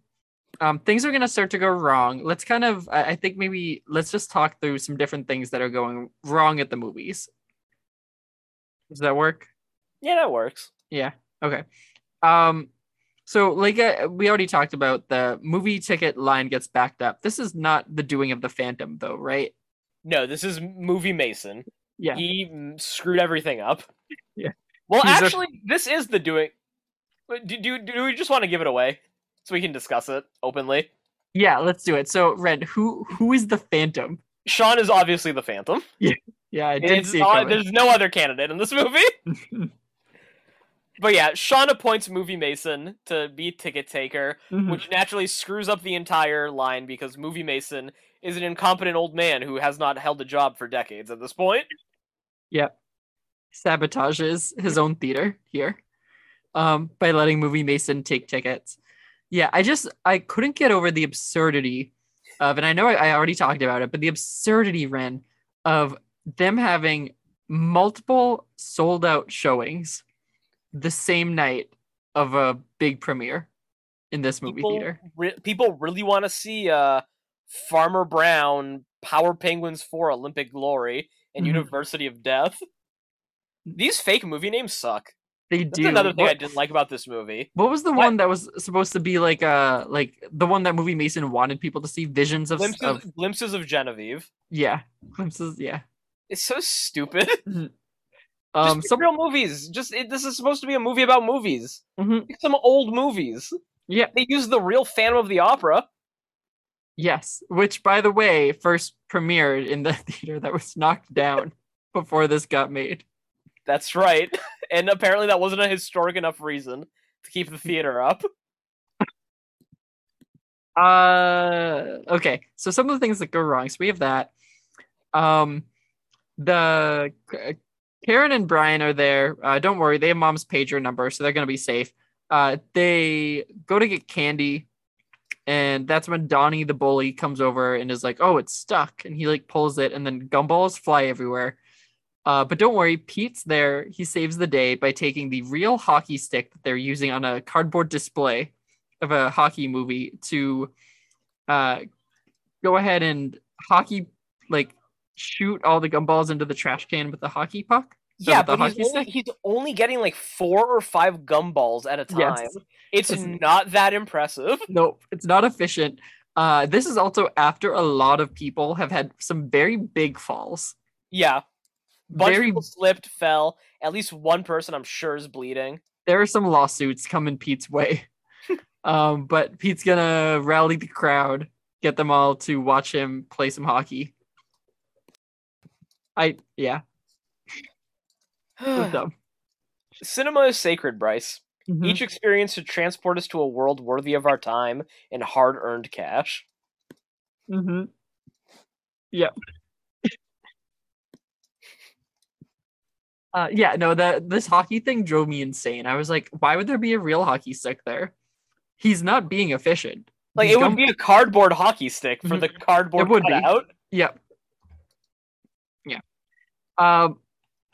Um, things are gonna start to go wrong. Let's kind of, I I think maybe let's just talk through some different things that are going wrong at the movies. Does that work? Yeah, that works. Okay. Um, so like uh, we already talked about, the movie ticket line gets backed up. This is not the doing of the Phantom, though, right? No, this is movie Mason. Yeah. he mm, screwed everything up. Yeah. Well, He's a- actually, this is the doing. but Do, do, do we just want to give it away so we can discuss it openly? Yeah, let's do it. So, Ren, who who is the Phantom? Sean is obviously the Phantom. Yeah, I didn't It's see it not- coming. there's no other candidate in this movie. But yeah, Sean appoints Movie Mason to be ticket taker, Mhm. which naturally screws up the entire line because Movie Mason is an incompetent old man who has not held a job for decades at this point. sabotages his own theater here um, by letting movie mason take tickets yeah i just i couldn't get over the absurdity of and i know i, I already talked about it but the absurdity ren of them having multiple sold out showings the same night of a big premiere in this movie people, theater re- people really want to see uh, Farmer Brown, Power Penguins for Olympic Glory, and Mhm. University of Death. These fake movie names suck. they That's do another thing I what, didn't like about this movie. what was the What? one that was supposed to be like uh like the one that movie mason wanted people to see visions of, Glimpses of of, glimpses of Genevieve. yeah glimpses yeah It's so stupid. Just um pick some real movies. Just it, this is supposed to be a movie about movies. Mhm. Pick some old movies. Yeah. they use the real Phantom of the Opera. Yes, which by the way, first premiered in the theater that was knocked down before this got made. That's right. And apparently that wasn't a historic enough reason to keep the theater up. Uh okay. So some of the things that go wrong. So we have that. Um the Karen and Brian are there. Uh, don't worry, they have mom's pager number, so they're gonna be safe. Uh they go to get candy, and that's when Donnie the bully comes over and is like, Oh, it's stuck, and he like pulls it, and then gumballs fly everywhere. Uh, but don't worry, Pete's there. He saves the day by taking the real hockey stick that they're using on a cardboard display of a hockey movie to uh, go ahead and hockey, like shoot all the gumballs into the trash can with the hockey puck. So yeah, with the but he's hockey only, he's only getting like four or five gumballs at a time. Yes. It's Listen. not that impressive. Nope, it's not efficient. Uh, this is also after a lot of people have had some very big falls. Yeah. Bunch Very- of people slipped, fell. At least one person, I'm sure, is bleeding. there are some lawsuits coming Pete's way. um, but Pete's gonna rally the crowd, get them all to watch him play some hockey. I yeah, it was dumb. Cinema is sacred, Bryce. Mhm. Each experience should transport us to a world worthy of our time and hard earned cash. Mm-hmm. Yep. uh, yeah, no, that this hockey thing drove me insane. I was like, why would there be a real hockey stick there? He's not being efficient. Like, These it would gum- be a cardboard hockey stick for Mhm. the cardboard would be. cutout. Yep. Yeah. Um,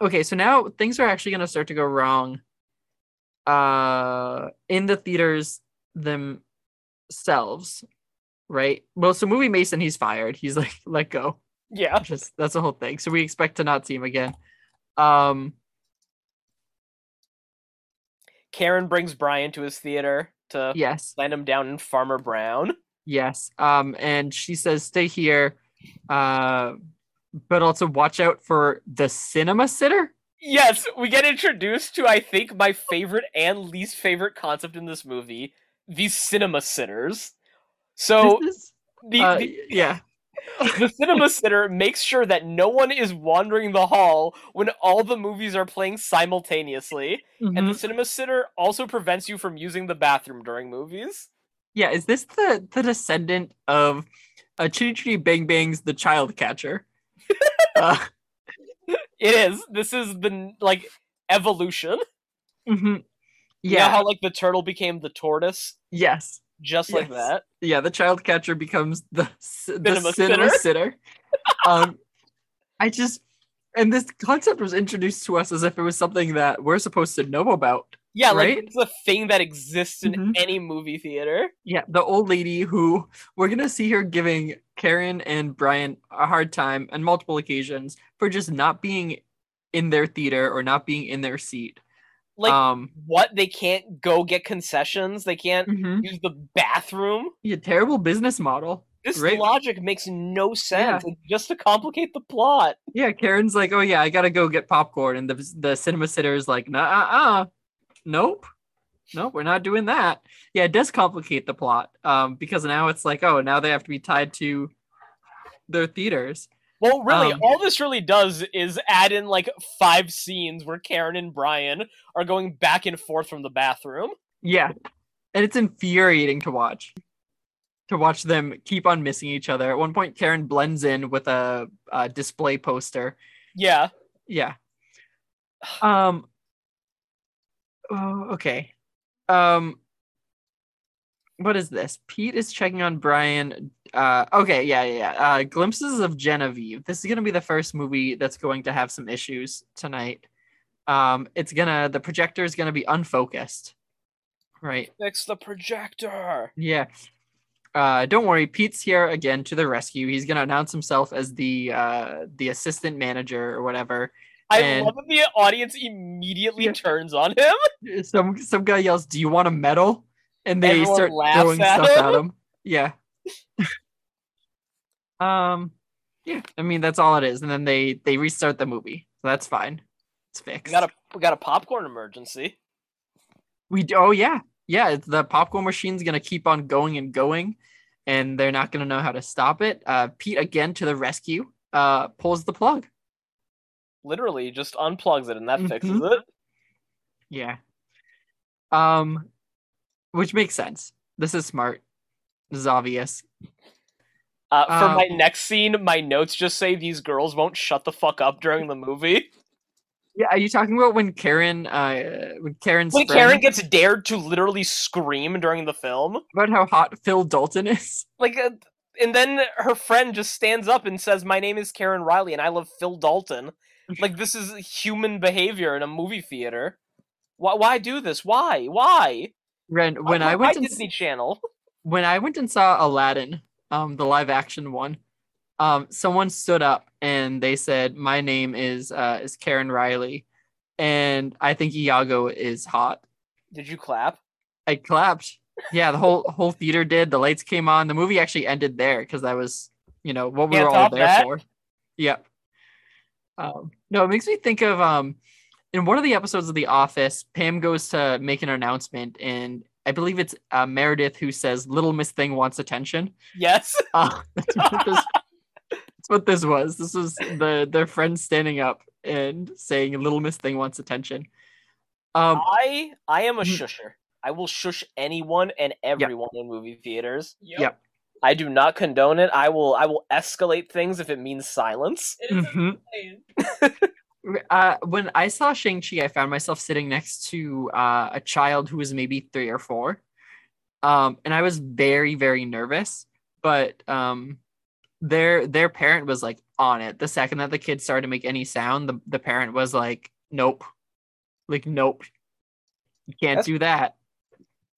okay, so now things are actually gonna start to go wrong uh in the theaters themselves, right? Well, so movie Mason, he's fired. He's like, let go. Yeah. Just that's the whole thing. So we expect to not see him again. Um Karen brings Brian to his theater to yes. land him down in Farmer Brown. Yes. Um, and she says, stay here. Uh, but also watch out for the cinema sitter. Yes, we get introduced to I think my favorite and least favorite concept in this movie, the cinema sitters. So This is- the, uh, the, yeah. the cinema sitter makes sure that no one is wandering the hall when all the movies are playing simultaneously, and Mhm. the cinema sitter also prevents you from using the bathroom during movies. Yeah, is this the the descendant of uh, Chitty Chitty Bang Bang's The Child Catcher? uh, It is. This is the n- like evolution. mhm. You know Yeah. how like the turtle became the tortoise, yes. just like Yes. that. Yeah, the child catcher becomes the c- the Cinema cinema, sitter. um, I just and this concept was introduced to us as if it was something that we're supposed to know about. Yeah, like Right? it's a thing that exists in Mhm. any movie theater. Yeah, the old lady who we're gonna see her giving Karen and Brian a hard time on multiple occasions for just not being in their theater or not being in their seat. Like um, what? They can't go get concessions. They can't mhm. use the bathroom. yeah, terrible business model. This Right. logic makes no sense. It's just to complicate the plot. Yeah, Karen's like, oh yeah, I gotta go get popcorn, and the the cinema sitter is like, nah, uh, uh, nope, nope, we're not doing that. Yeah, it does complicate the plot, um, because now it's like, oh, now they have to be tied to their theaters. Well, really, Um, all this really does is add in like five scenes where Karen and Brian are going back and forth from the bathroom. Yeah, and it's infuriating to watch, to watch them keep on missing each other. At one point, Karen blends in with a, a display poster, Yeah. yeah um oh, okay um what is this pete is checking on brian uh okay yeah yeah yeah. uh glimpses of genevieve this is gonna be the first movie that's going to have some issues tonight um it's gonna the projector is gonna be unfocused right Fix the projector. yeah uh don't worry pete's here again to the rescue he's gonna announce himself as the uh the assistant manager or whatever I And- love that the audience immediately Yeah. turns on him. some some guy yells, "Do you want a medal?" And they Everyone start laughs throwing at stuff him. at him. Yeah. um. Yeah. I mean, that's all it is. And then they they restart the movie, so that's fine. It's We fixed. got a we got a popcorn emergency. We d- oh yeah yeah it's- the popcorn machine's gonna keep on going and going, and they're not gonna know how to stop it. Uh, Pete again to the rescue. Uh, pulls the plug. Literally, just unplugs it and that fixes Mhm. it. Yeah. Um, which makes sense. This is smart. This is obvious. Uh, for my Um, next scene, my notes just say these girls won't shut the fuck up during the movie. Yeah, are you talking about when Karen, uh, when Karen's When friend- Karen gets dared to literally scream during the film, about how hot Phil Dalton is? like, uh, and then her friend just stands up and says, "My name is Karen Riley, and I love Phil Dalton." Like, this is human behavior in a movie theater. Why? Why do this? Why? Why? When when Why- I why went and, s- Disney Channel. when I went and saw Aladdin, um, the live action one, um, someone stood up and they said, "My name is uh, is Karen Riley, and I think Iago is hot." Did you clap? I clapped. Yeah, the whole whole theater did. The lights came on. The movie actually ended there because that was, you know, what we Can't were all top there that. for. Yep. Um, no, it makes me think of um, in one of the episodes of The Office, Pam goes to make an announcement, and I believe it's uh, Meredith who says, "Little Miss Thing wants attention." Yes. Uh, that's, what this, that's what this was. This was the their friends standing up and saying, "Little Miss Thing wants attention." Um, I I am a Mhm. shusher. I will shush anyone and everyone in movie theaters. Yep. I do not condone it. I will I will escalate things if it means silence. It is mhm. insane. R- uh, when I saw Shang Chi, I found myself sitting next to uh, a child who was maybe three or four, um, and I was very, very nervous. But um, their their parent was like on it. The second that the kid started to make any sound, the the parent was like, "Nope, like nope, you can't That's- do that."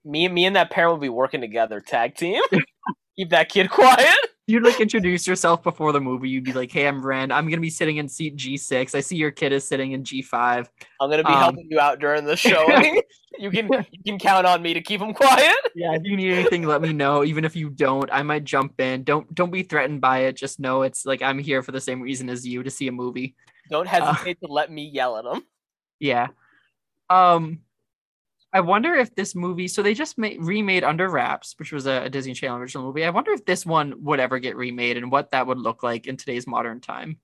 Me me and that parent will be working together, tag team. Keep that kid quiet. You'd like introduce yourself before the movie. You'd be like, "Hey, I'm Ren. I'm gonna be sitting in seat G6. I see your kid is sitting in G5." I'm gonna be Um. helping you out during the showing. you can you can count on me to keep him quiet. yeah if you need anything let me know even if you don't i might jump in don't don't be threatened by it just know it's like i'm here for the same reason as you to see a movie Don't Uh. hesitate to let me yell at him. yeah um i wonder if this movie so they just made, remade under wraps which was a, a disney channel original movie i wonder if this one would ever get remade and what that would look like in today's modern time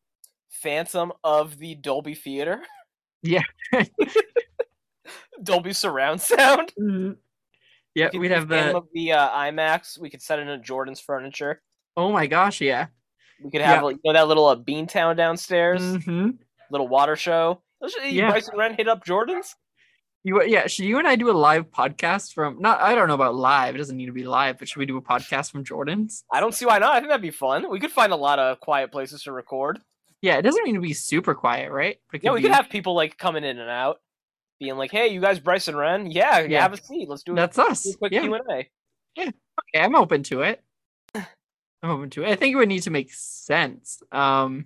Phantom of the Dolby Theater. Yeah. Dolby surround sound. yeah could we'd be a have fan the of the uh, IMAX. We could set it in Jordan's furniture. oh my gosh yeah We could have Yeah. like, you know that little uh, Beantown downstairs, hmm little water show. Let's just- Yeah. Bryson Ren hit up Jordan's. You yeah, should you and I do a live podcast from not I don't know about live, it doesn't need to be live, but should we do a podcast from Jordan's? I don't see why not. I think that'd be fun. We could find a lot of quiet places to record. Yeah, it doesn't need to be super quiet, right? But it Yeah, we be- could have people like coming in and out. being like, "Hey, you guys, Bryson Wren, yeah, Yeah. have a seat. Let's do a, That's us. do a quick Yeah. Q and A." Okay, I'm open to it. I'm open to it. I think it would need to make sense um,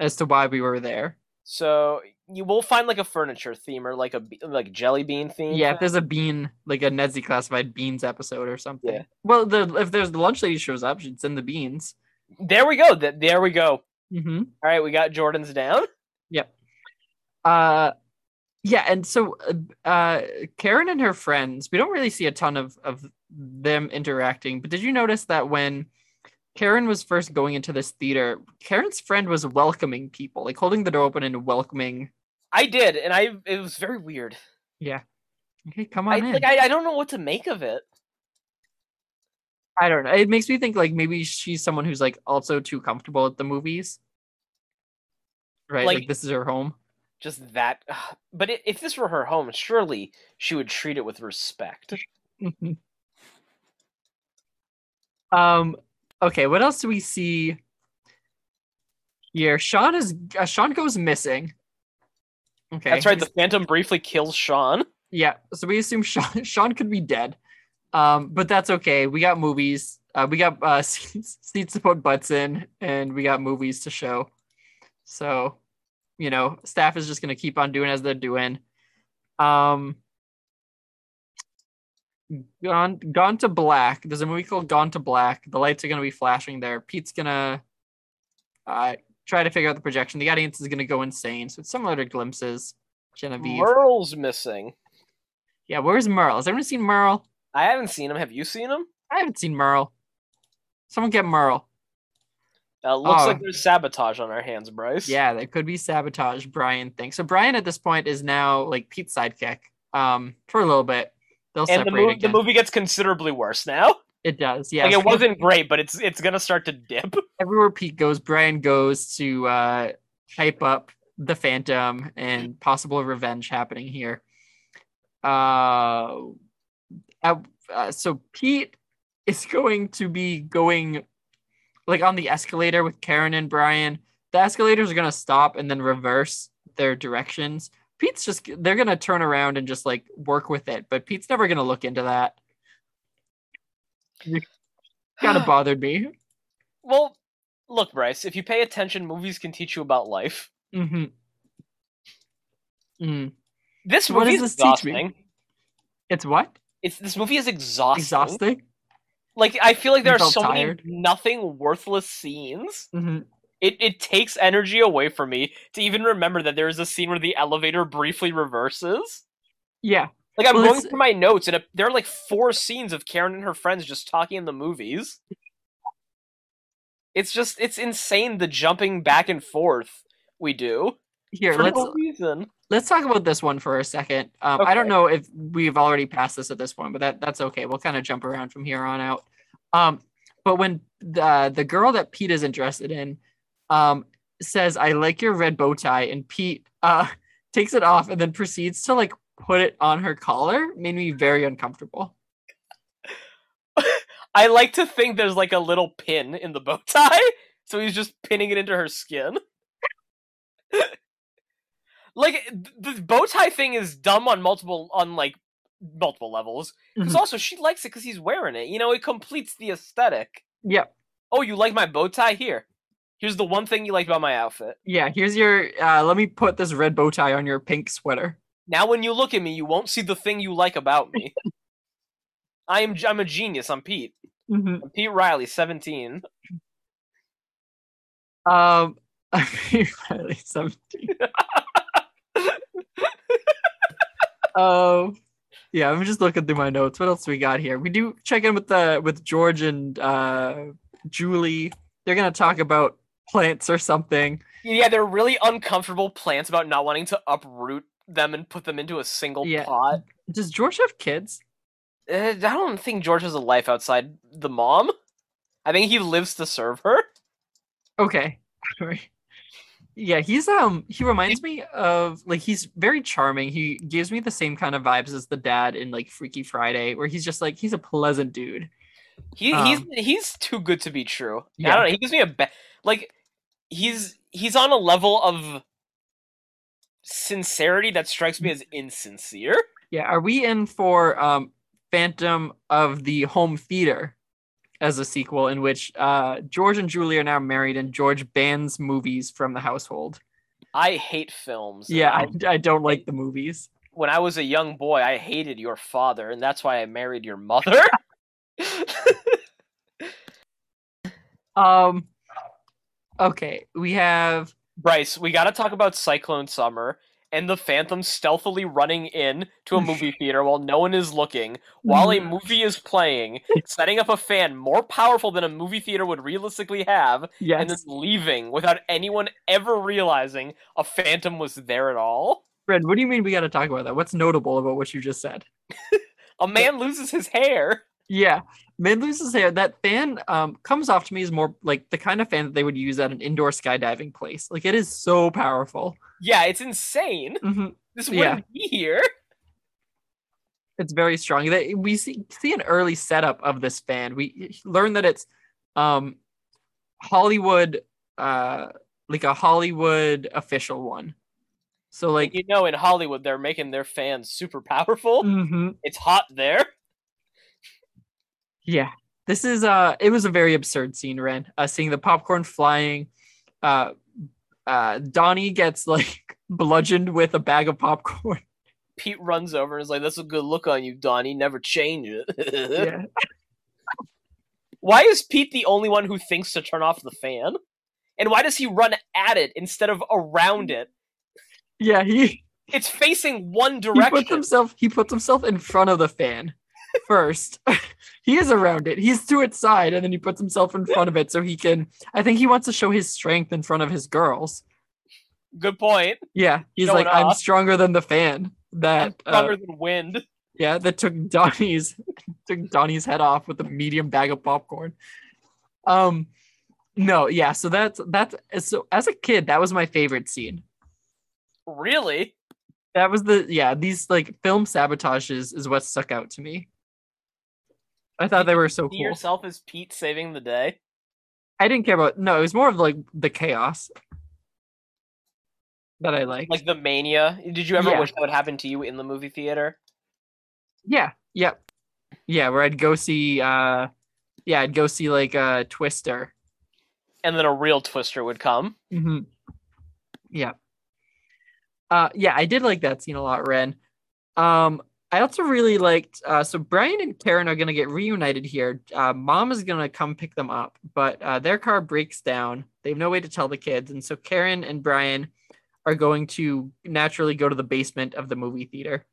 as to why we were there. So you will find like a furniture theme or like a be- like jelly bean theme. Yeah, if there's a bean, like a Nedzi classified beans episode or something. Yeah. Well, the if there's the lunch lady shows up, she'd send the beans. there we go. th- There we go. Mm-hmm. All right, we got Jordan's down. uh yeah and so uh, uh karen and her friends we don't really see a ton of of them interacting but did you notice that when karen was first going into this theater karen's friend was welcoming people like holding the door open and welcoming I did, and I it was very weird. okay come on I, in like I, I don't know what to make of it. I don't know it makes me think like maybe she's someone who's like also too comfortable at the movies right Like- like this is her home Just that, but i if this were her home, surely she would treat it with respect. Mhm. um okay what else do we see here sean is uh, sean goes missing okay That's right. The Phantom briefly kills Sean. yeah so we assume sean, sean could be dead um but that's okay we got movies uh, we got uh seats seats to put butts in and we got movies to show so you know staff is just going to keep on doing as they're doing um gone gone to black there's a movie called gone to black the lights are going to be flashing there pete's going to uh try to figure out the projection the audience is going to go insane so it's similar to glimpses genevieve Merle's missing. yeah, where's Merle? Has everyone seen Merle? I haven't seen him. Have you seen him? I haven't seen Merle. Someone get Merle. Uh, looks Oh. like there's sabotage on our hands, Bryce. Yeah, that could be sabotage Brian thing. So Brian at this point is now like Pete's sidekick. Um, for a little bit. They'll and the, separate mov- the again. movie gets considerably worse now. it does, yeah. Like So it wasn't great, but it's it's gonna start to dip. everywhere Pete goes, Brian goes to uh hype up the Phantom and possible revenge happening here. Uh, uh, uh, so Pete is going to be going like on the escalator with Karen and Brian. The escalators are gonna stop and then reverse their directions. Pete's just they're gonna turn around and just like work with it, but Pete's never gonna look into that. Kind of bothered me. well, look, Bryce. If you pay attention, movies can teach you about life. Mm-hmm. Mm. This What movie does is this teach me? exhausting. It's what? It's this movie is exhausting. Exhausting? Like I feel like You there are felt so tired? many nothing worthless scenes. hmm It it takes energy away from me to even remember that there is a scene where the elevator briefly reverses. Yeah. Like I'm Well, going it's- through my notes, and uh, there are like four scenes of Karen and her friends just talking in the movies. It's just it's insane the jumping back and forth we do Here, for let's no reason. let's talk about this one for a second. Um, I don't Okay. know if we've already passed this at this point, but that that's okay. We'll kind of jump around from here on out. Um, but when the the girl that Pete is interested in, um, says, "I like your red bow tie," and Pete uh takes it off and then proceeds to like put it on her collar, made me very uncomfortable. I like to think there's like a little pin in the bow tie, so he's just pinning it into her skin. like th- the bow tie thing is dumb on multiple on like multiple levels. Because Mhm. also she likes it because he's wearing it. You know, it completes the aesthetic. Yeah, Oh, you like my bow tie? Here, here's the one thing you liked about my outfit. yeah. Here's your. Uh, let me put this red bow tie on your pink sweater. Now, when you look at me, you won't see the thing you like about me. I am I'm a genius. I'm Pete. Mm-hmm. I'm Pete Riley, seventeen. Um, I mean, really, seventeen. um, yeah, I'm just looking through my notes. What else we got here? We do check in with the with George and uh, Julie. They're gonna talk about plants or something. Yeah, they're really uncomfortable plants about not wanting to uproot them and put them into a single Yeah. pot. Does George have kids? Uh, I don't think George has a life outside the mom. I think he lives to serve her. Okay. Sorry. Yeah, he's um he reminds me of like he's very charming. He gives me the same kind of vibes as the dad in like Freaky Friday, where he's just like he's a pleasant dude. He Um, he's he's too good to be true. I yeah. don't know. He gives me a ba- like he's he's on a level of sincerity that strikes Mm. me as insincere. Yeah, are we in for um, Phantom of the Home Theater as a sequel in which uh, George and Julie are now married and George bans movies from the household? I hate films. and Yeah, I- I, I don't like the movies. when I was a young boy, I hated your father, and that's why I married your mother. Um, okay, we have Bryce, we got to talk about Cyclone Summer and the Phantom stealthily running in to a movie theater while no one is looking, while Mm, a movie is playing, setting up a fan more powerful than a movie theater would realistically have, and then yes, leaving without anyone ever realizing a Phantom was there at all. Fred. What do you mean we got to talk about that? What's notable about what you just said? A man loses his hair. Yeah, man loses hair. That fan um, comes off to me as more like the kind of fan that they would use at an indoor skydiving place. Like it is so powerful. Yeah, it's insane. hmm This Yeah. wouldn't be here. It's very strong. They, we see see an early setup of this fan. We learn that it's um, Hollywood, uh, like a Hollywood official one. So like, you know, in Hollywood, they're making their fans super powerful. mhm. It's hot there. Yeah. This is uh it was a very absurd scene, Ren. Uh seeing the popcorn flying. Uh uh Donnie gets like bludgeoned with a bag of popcorn. Pete runs over and is like, "That's a good look on you, Donnie. Never change it." Yeah. Why is Pete the only one who thinks to turn off the fan? And why does he run at it instead of around Mm. it? Yeah, he, It's facing one he direction. puts himself he puts himself in front of the fan first. he is around it. He's to its side and then he puts himself in front of it so he can I think he wants to show his strength in front of his girls. Good point. Yeah. He's Showing like I'm off. stronger than the fan. That uh, Stronger than wind. Yeah, that took Donnie's took Donnie's head off with a medium bag of popcorn. Um no, yeah, so that's that's so as a kid, that was my favorite scene. Really? That was the yeah, these like film sabotages is what stuck out to me. I thought they were so See cool. yourself as Pete saving the day. I didn't care about no, it was more of like the chaos that I liked. Like the mania. Did you ever Yeah. wish that would happen to you in the movie theater? Yeah, yep. Yeah, where I'd go see uh yeah, I'd go see like uh Twister And then a real twister would come. hmm Yeah. Uh, yeah, I did like that scene a lot, Ren. Um, I also really liked. Uh, so Brian and Karen are gonna get reunited here. Uh, Mom is gonna come pick them up, but uh, their car breaks down. They have no way to tell the kids, and so Karen and Brian are going to naturally go to the basement of the movie theater.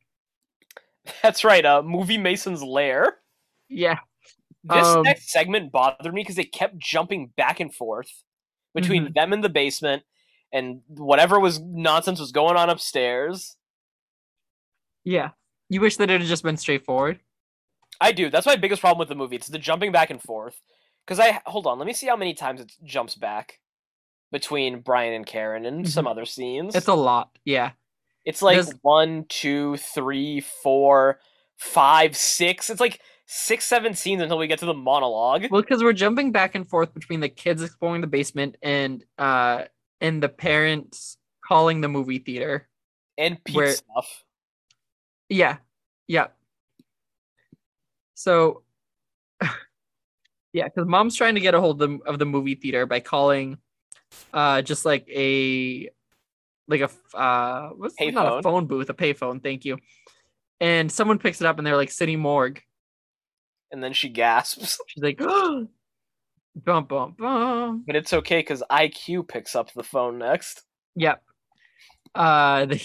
That's right. Uh, movie Mason's lair. Yeah. This Um, next segment bothered me because it kept jumping back and forth between Mm-hmm. them in the basement and whatever was nonsense was going on upstairs. Yeah. You wish that it had just been straightforward. I do. That's my biggest problem with the movie. It's the jumping back and forth. Because I hold on, let me see how many times it jumps back between Brian and Karen and some other scenes. Mm-hmm. It's a lot. Yeah. It's like There's- one, two, three, four, five, six. It's like six, seven scenes until we get to the monologue. Well, because we're jumping back and forth between the kids exploring the basement and uh and the parents calling the movie theater. and Pete where- stuff. Yeah. Yeah. So yeah, because mom's trying to get a hold of the, of the movie theater by calling uh just like a like a f- uh what's not Payphone. a phone booth, a payphone, thank you. And someone picks it up and they're like City Morgue. And then she gasps. She's like, bum bum bum. But it's okay because IQ picks up the phone next. Yep. Uh, they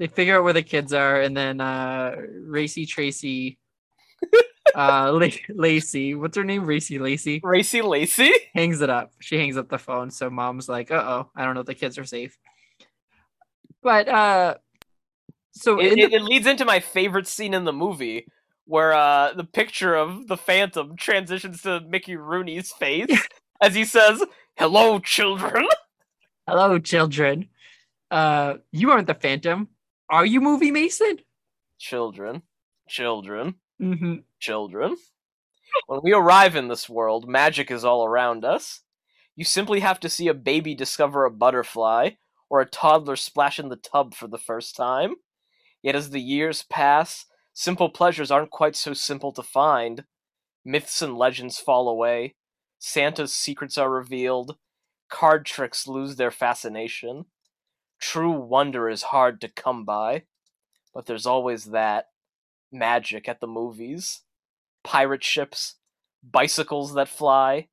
they figure out where the kids are, and then uh, Racy Tracy, uh, La- Lacey, what's her name? Racy Lacey Racy Lacey? hangs it up. She hangs up the phone, so mom's like, "Uh oh, I don't know if the kids are safe." But uh, so It, in it, it leads into my favorite scene in the movie where uh, the picture of the Phantom transitions to Mickey Rooney's face as he says, Hello, children. the, hello, children. Uh, you aren't the Phantom, are you, Movie Mason? Children, children, Mm-hmm. children. When we arrive in this world, magic is all around us. You simply have to see a baby discover a butterfly, or a toddler splash in the tub for the first time. Yet as the years pass, simple pleasures aren't quite so simple to find. Myths and legends fall away. Santa's secrets are revealed. Card tricks lose their fascination. True wonder is hard to come by. But there's always that magic at the movies pirate ships, bicycles that fly,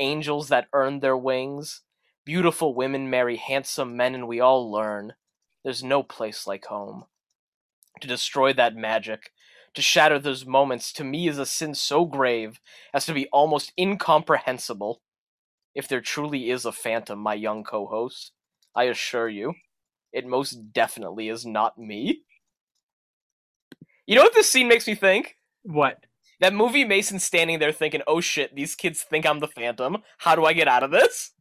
angels that earn their wings. Beautiful women marry handsome men, and we all learn there's no place like home. To destroy that magic, to shatter those moments, to me is a sin so grave as to be almost incomprehensible. If there truly is a phantom, my young co host, I assure you, it most definitely is not me. You know what this scene makes me think? What? That movie Mason standing there thinking, oh shit, these kids think I'm the phantom. How do I get out of this?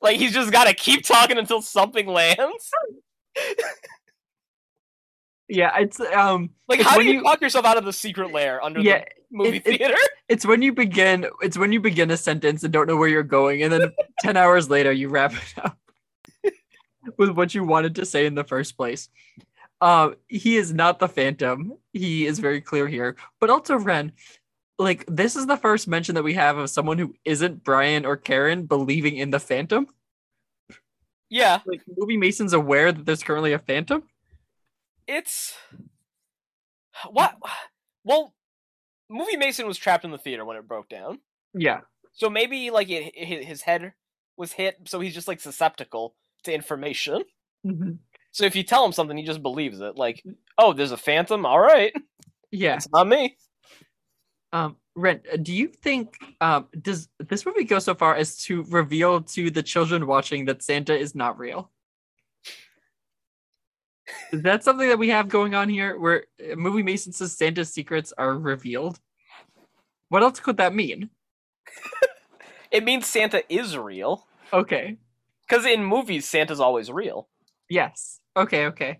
like, he's just gotta keep talking until something lands. Yeah, it's um Like, it's how do when you, talk yourself out of the secret lair under Yeah, the movie it- it- theater? it's when you begin it's when you begin a sentence and don't know where you're going and then 10 hours later you wrap it up with what you wanted to say in the first place um he is not the phantom he is very clear here but also ren like this is the first mention that we have of someone who isn't brian or karen believing in the phantom yeah. like movie mason's aware that there's currently a phantom it's what well movie mason was trapped in the theater when it broke down yeah so maybe like it, hi- his head was hit so he's just like susceptible to information so if you tell him something he just believes it like oh there's a phantom all right yeah it's not me Um, Ren, uh, do you think um, does this movie go so far as to reveal to the children watching that Santa is not real? Is that something that we have going on here, where uh, movie Mason says Santa's secrets are revealed? What else could that mean? it means santa is real Okay. because in movies santa's always real Yes. Okay. Okay.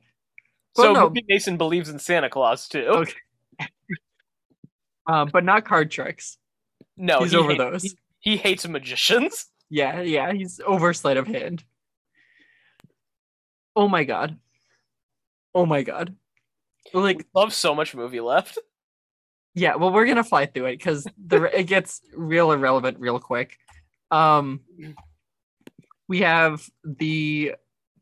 But so no. Oh, movie mason believes in santa claus too Okay. Um, but not card tricks. no He's he over hate- those. he- he hates magicians Yeah, yeah, he's over sleight of hand. Oh my god. Oh my god. Like, love so much movie left yeah, well, we're gonna fly through it because the it gets real irrelevant real quick. Um, we have the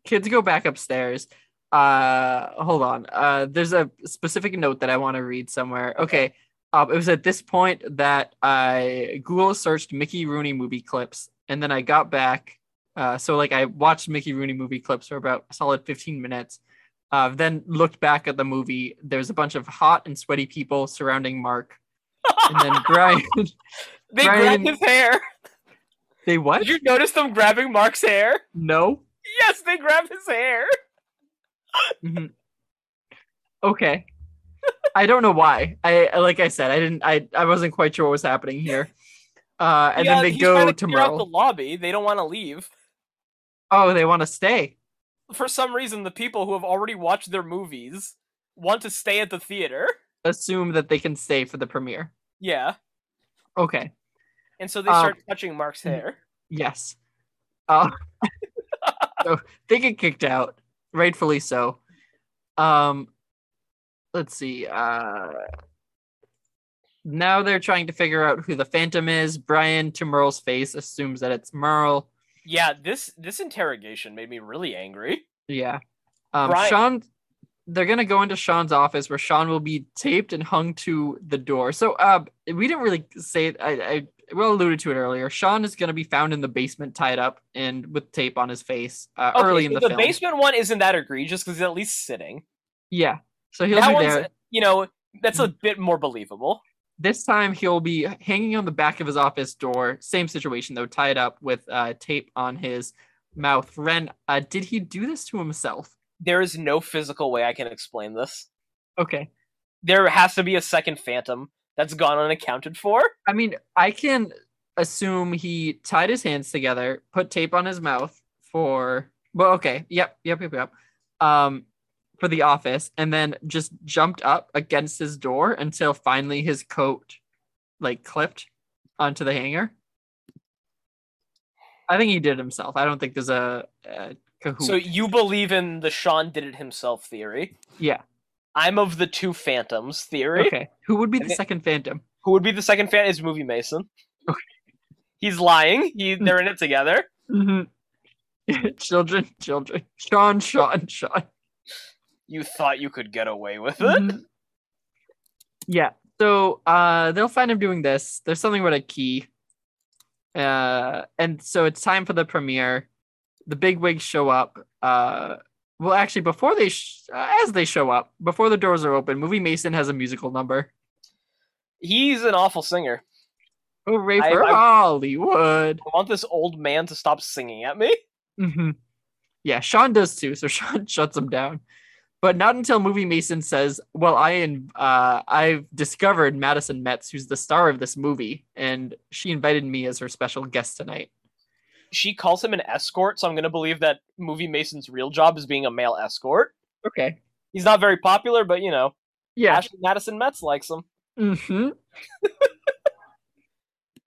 kids go back upstairs. Uh, hold on. Uh, there's a specific note that I want to read somewhere. Okay. Um, it was at this point that I Google searched Mickey Rooney movie clips, and then I got back. Uh, so like I watched Mickey Rooney movie clips for about a solid 15 minutes. Uh, then looked back at the movie. There's a bunch of hot and sweaty people surrounding Mark, and then Brian. they Brian- grabbed his hair they what? Did you notice them grabbing Mark's hair? No. Yes, they grabbed his hair. Mhm. Okay. I don't know why. I I- like I said, I didn't. I I wasn't quite sure what was happening here. Uh, and Yeah, then they he's go trying to clear out Merle. the lobby. They don't want to leave. Oh, they want to stay. For some reason, the people who have already watched their movies want to stay at the theater. Assume that they can stay for the premiere. Yeah, Okay. and so they Um, start touching Mark's hair. Yes. Uh, so they get kicked out, rightfully so. Um, let's see. Uh, now they're trying to figure out who the Phantom is. Brian to Merle's face assumes that it's Merle. Yeah, this this interrogation made me really angry. Yeah. Um, Brian- Sean, they're going to go into Sean's office where Sean will be taped and hung to the door. So uh, we didn't really say it. I, I well alluded to it earlier. Sean is going to be found in the basement tied up and with tape on his face uh, Okay, early in the, so the film. basement one isn't that egregious because he's at least sitting. Yeah. So he'll that be one's, there. you know, that's Mm-hmm. a bit more believable. This time he'll be hanging on the back of his office door. Same situation though, tied up with uh, tape on his mouth. Ren, uh, did he do this to himself? There is no physical way I can explain this. Okay. There has to be a second phantom that's gone unaccounted for. I mean, I can assume he tied his hands together, put tape on his mouth for well, okay, yep, yep, yep, yep. Um, for the office, and then just jumped up against his door until finally his coat like clipped onto the hanger. I think he did it himself. I don't think there's a, a cahoot. So you believe in the Sean did it himself theory? Yeah. I'm of the two Phantoms theory. okay. Who would be the Okay. second Phantom? Who would be the second Phantom? Is Movie Mason. Okay. Hmm. He's lying. He they're in it together. children, children. Sean, Sean, Sean. You thought you could get away with it. Mhm. Yeah. So uh, they'll find him doing this. There's something with a key. Uh, and so it's time for the premiere. The big wigs show up. Uh, well, actually, before they, sh- uh, as they show up, before the doors are open, Movie Mason has a musical number. He's an awful singer. Hooray I- for I- Hollywood! I want this old man to stop singing at me. hmm Yeah, Sean does too. So Sean shuts him down, but not until Movie Mason says, "Well, I and uh, I've discovered Madison Metz, who's the star of this movie, and she invited me as her special guest tonight." She calls him an escort, so I'm gonna believe that movie Mason's real job is being a male escort. Okay. He's not very popular, but you know, Yeah. Ashley Madison Metz likes him. hmm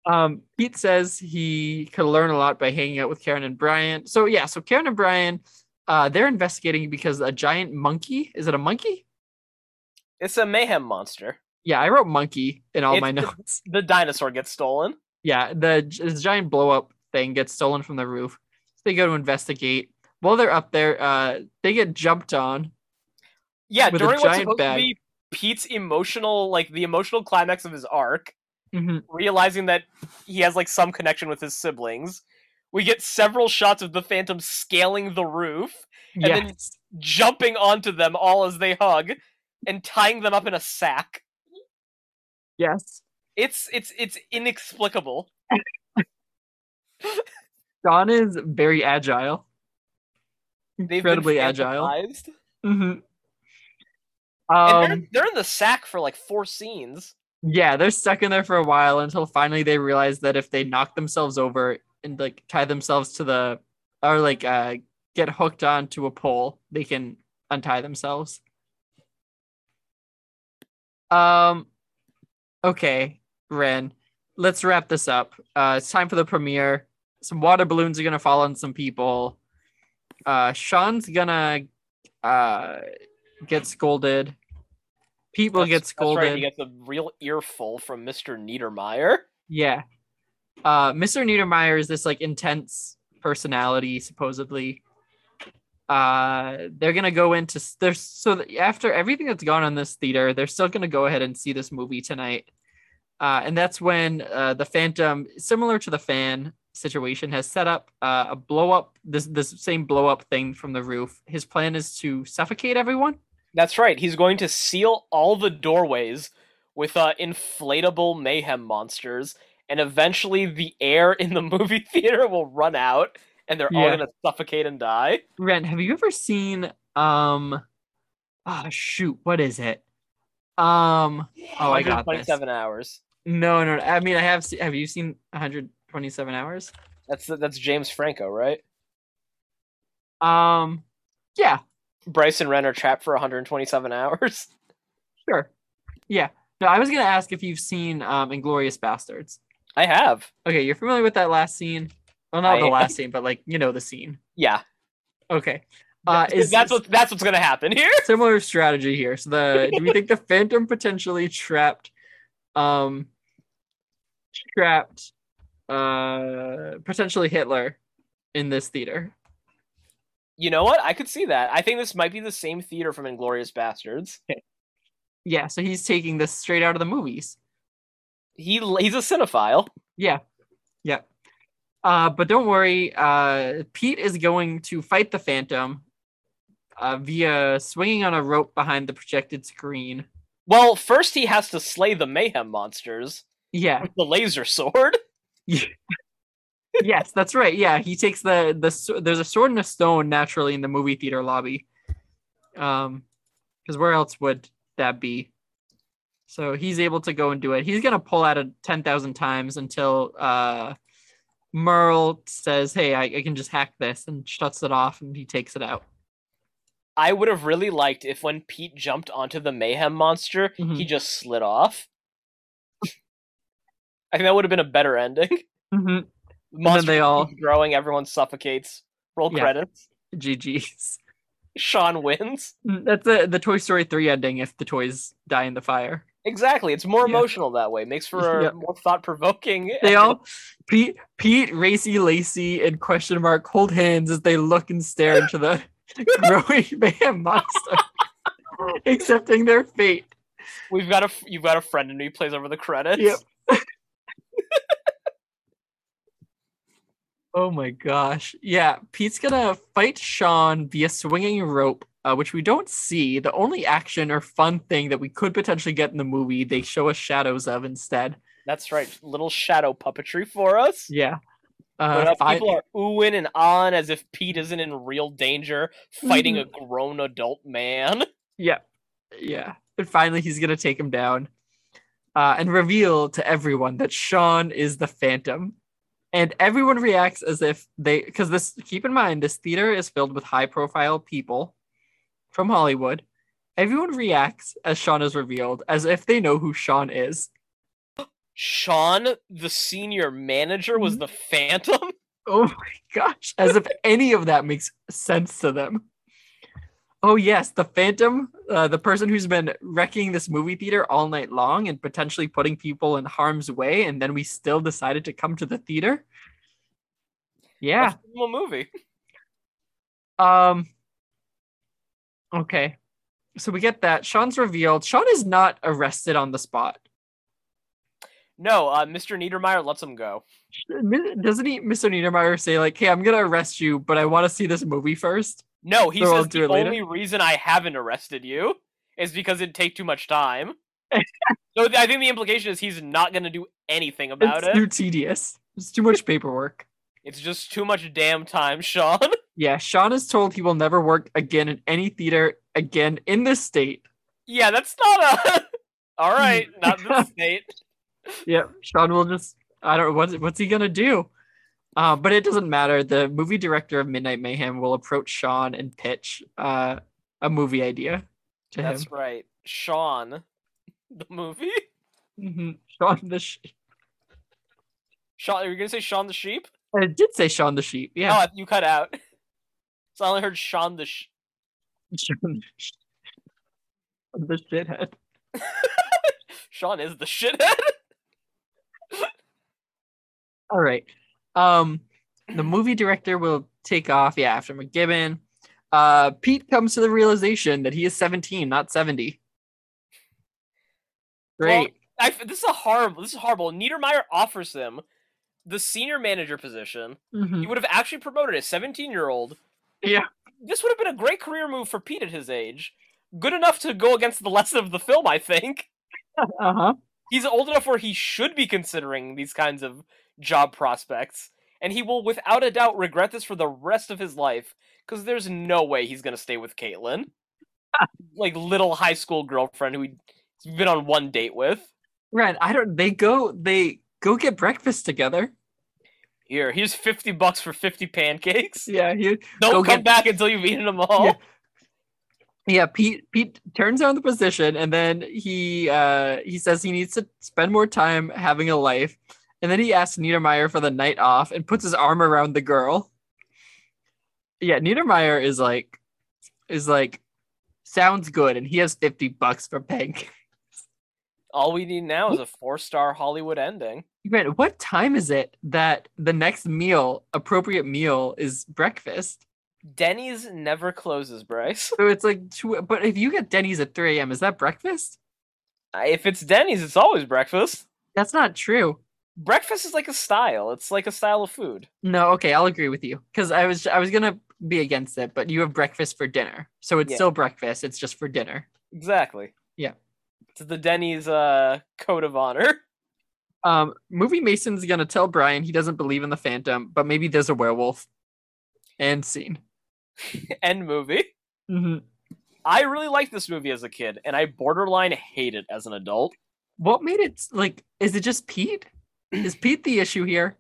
um, Pete says he could learn a lot by hanging out with Karen and Brian. So yeah, so Karen and Brian, uh, they're investigating because a giant monkey. Is it a monkey? It's a mayhem monster. Yeah, I wrote monkey in all It's my the- notes. The dinosaur gets stolen. yeah the g- this giant blow up thing gets stolen from the roof so they go to investigate while they're up there uh they get jumped on Yeah, With a during what's giant supposed bag. to be Pete's emotional, like the emotional climax of his arc, Mhm. realizing that he has like some connection with his siblings. We get several shots of the Phantom scaling the roof. yes then- jumping onto them all as they hug and tying them up in a sack. yes It's it's it's inexplicable. don is very agile They've incredibly been agile fantasized. Mhm. And um they're, they're in the sack for like four scenes. yeah they're stuck in there for a while until finally they realize that if they knock themselves over and like tie themselves to the or like uh get hooked onto a pole they can untie themselves um okay ren let's wrap this up uh it's time for the premiere some water balloons are gonna fall on some people uh sean's gonna uh get scolded pete will That's- get that's right, scolded He gets a real earful from Mr. Niedermeyer. yeah. Uh, Mr. Niedermeyer is this like intense personality, supposedly. Uh, they're gonna go into s- there's so that after everything that's gone on this theater, they're still gonna go ahead and see this movie tonight. Uh, and that's when uh, the Phantom, similar to the fan situation, has set up uh, a blow up this this same blow up thing from the roof. His plan is to suffocate everyone. That's right. He's going to seal all the doorways with uh, inflatable mayhem monsters, and eventually the air in the movie theater will run out, and they're all Yeah. gonna suffocate and die. Ren, have you ever seen um ah shoot, what is it? Um oh I got this. 127 hours. No, no, no. I mean I have se- have you seen 127 hours? That's that's James Franco, right? Um yeah, Bryson Renner trapped for 127 hours. sure. Yeah. No, I was going to ask if you've seen um Inglorious Bastards. I have. Okay, you're familiar with that last scene? Well, not I the am. last scene, but like, you know the scene. Yeah, Okay. Uh is that's what that's what's gonna happen here. similar strategy here. So the do we think the Phantom potentially trapped um trapped uh potentially Hitler in this theater? You know what? I could see that. I think this might be the same theater from Inglorious Bastards. Yeah, so he's taking this straight out of the movies. He l- he's a cinephile. Yeah. Uh but don't worry, uh Pete is going to fight the Phantom uh via swinging on a rope behind the projected screen. Well, first he has to slay the mayhem monsters Yeah. with the laser sword. yes, that's right. Yeah, he takes the the s- there's a sword and a stone naturally in the movie theater lobby. Um because where else would that be? So he's able to go and do it. He's gonna pull out a ten thousand times until uh Merle says, Hey, I, I can just hack this and shuts it off and he takes it out. I would have really liked if when Pete jumped onto the mayhem monster, he Mhm. just slid off. I think that would have been a better ending. Mhm. then they keep all- growing. Everyone suffocates. Roll Yeah. credits. GG's. Sean wins. Mm, That's the the Toy Story three ending. If the toys die in the fire, Exactly. It's more Yeah. emotional that way. Makes for a Yeah. more thought provoking. they all Pete, Pete, Racy, Lacey, and question mark hold hands as they look and stare into the growing man monster, accepting their fate. We've got a f- you've got a friend and he plays over the credits. Yep. Oh my gosh. Yeah, Pete's gonna fight Sean via swinging rope, uh, which we don't see. The only action or fun thing that we could potentially get in the movie, they show us shadows of instead. That's right. Little shadow puppetry for us. Yeah. But, Uh, uh, fi- people are oohing and on as if Pete isn't in real danger fighting a Mm-hmm. grown adult man. yeah. And finally, he's gonna take him down uh, and reveal to everyone that Sean is the Phantom. And everyone reacts as if they, because this, keep in mind, this theater is filled with high profile people from Hollywood. Everyone reacts as Sean is revealed as if they know who Sean is. Sean, the senior manager, Mm-hmm. was the Phantom. Oh my gosh. As if any of that makes sense to them. Oh, yes. The Phantom, uh, the person who's been wrecking this movie theater all night long and potentially putting people in harm's way. And then we still decided to come to the theater. Yeah. That's the whole movie. Um, okay. So we get that. Sean's revealed. Sean is not arrested on the spot. No, uh, Mr. Niedermeyer lets him go. Doesn't he, Mr. Niedermeyer, say, like, hey, I'm going to arrest you, but I want to see this movie first? No, he So I'll says do the it later? only reason I haven't arrested you is because it'd take too much time. so I think the implication is he's not going to do anything about it's it. too tedious. It's too much paperwork. It's just too much damn time, Sean. Yeah, Sean is told he will never work again in any theater again in this state. yeah, that's not a. All right, not the state. Yeah, Sean will just I don't what's what's he gonna do? Uh, but it doesn't matter. The movie director of Midnight Mayhem will approach Sean and pitch uh, a movie idea to That's him. right, Sean. The movie. Mhm. Sean the sheep. Sean, are you gonna say Sean the sheep? I did say Sean the sheep. Yeah, Oh, you cut out. So I only heard Sean the. Sh- Sean the, sheep. the shithead. Sean is the shithead. All right. Um, the movie director will take off. Yeah, after McGibbon. Uh, Pete comes to the realization that he is 17, not 70. Great. Well- I f this is a horrible. This is horrible. Niedermeyer offers him the senior manager position. Mhm. He would have actually promoted a 17 year old. Yeah. This would have been a great career move for Pete at his age. Good enough to go against the lesson of the film, I think. Uh-huh. He's old enough where he should be considering these kinds of job prospects, and he will without a doubt regret this for the rest of his life because there's no way he's going to stay with Caitlin. like, little high school girlfriend who he's been on one date with. Right. I don't they go they go get breakfast together. Here, here's 50 bucks for 50 pancakes. Yeah, he, Don't Go come get- back until you've eaten them all. Yeah. yeah, Pete Pete turns down the position and then he uh he says he needs to spend more time having a life. And then he asks Niedermeyer for the night off and puts his arm around the girl. Yeah, Niedermeyer is like is like sounds good and he has 50 bucks for Peg. All we need now is a four star Hollywood ending. Grant, what time is it that the next meal, appropriate meal is breakfast? Denny's never closes, Bryce. So it's like two, but if you get Denny's at 3 a.m., is that breakfast? I- If it's Denny's, it's always breakfast. That's not true. Breakfast is like a style. It's like a style of food. No, okay, I'll agree with you because I was I was gonna be against it, but you have breakfast for dinner, so it's Yeah. still breakfast. It's just for dinner. Exactly. Yeah. It's the Denny's uh code of honor. Um, movie Mason's gonna tell Brian he doesn't believe in the Phantom, but maybe there's a werewolf. And scene. End movie. Mhm. I really liked this movie as a kid, and I borderline hate it as an adult. What made it like? Is it just Pete? Is Pete the issue here?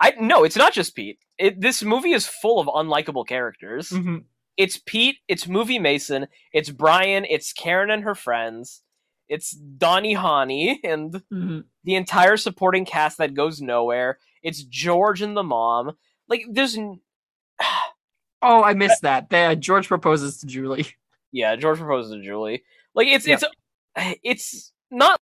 I no, it's not just Pete. It, this movie is full of unlikable characters. Mhm. it's Pete, it's Movie Mason, it's Brian, it's Karen and her friends, It's Donnie Hani and Mhm. the entire supporting cast that goes nowhere. It's George and the mom. Like there's n- Oh, I missed that. They, George proposes to Julie. yeah, George proposes to Julie. Like it's Yeah. it's it's not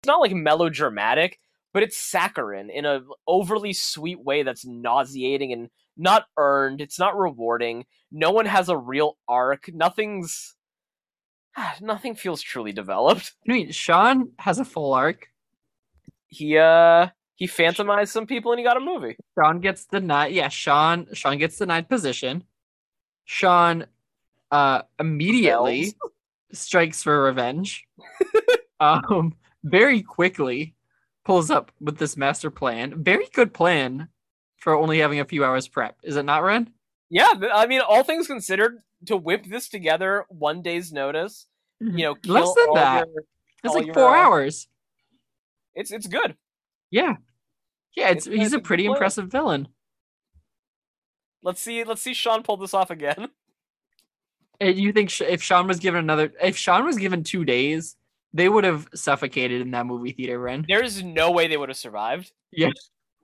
it's not like melodramatic, but it's saccharine in a overly sweet way that's nauseating and not earned. It's not rewarding. No one has a real arc. Nothing's nothing feels truly developed. I mean, Sean has a full arc. He uh he phantomized some people and he got a movie. Sean gets denied. Yeah, Sean. Sean gets denied position. Sean uh, immediately strikes for revenge. um, very quickly pulls up with this master plan. Very good plan for only having a few hours prep. Is it not, Ren? Yeah, th- I mean, all things considered, to whip this together one day's notice, you know, Mm-hmm. Less kill than all that. your- It's Oh, like you're four right. hours. it's it's good. Yeah, yeah. It's, It's he's a like a pretty plan. impressive villain. Let's see, let's see Sean pull this off again. And Uh, you think Sh- if Sean was given another, if Sean was given two days, they would have suffocated in that movie theater, Ren. There is no way they would have survived. Yeah.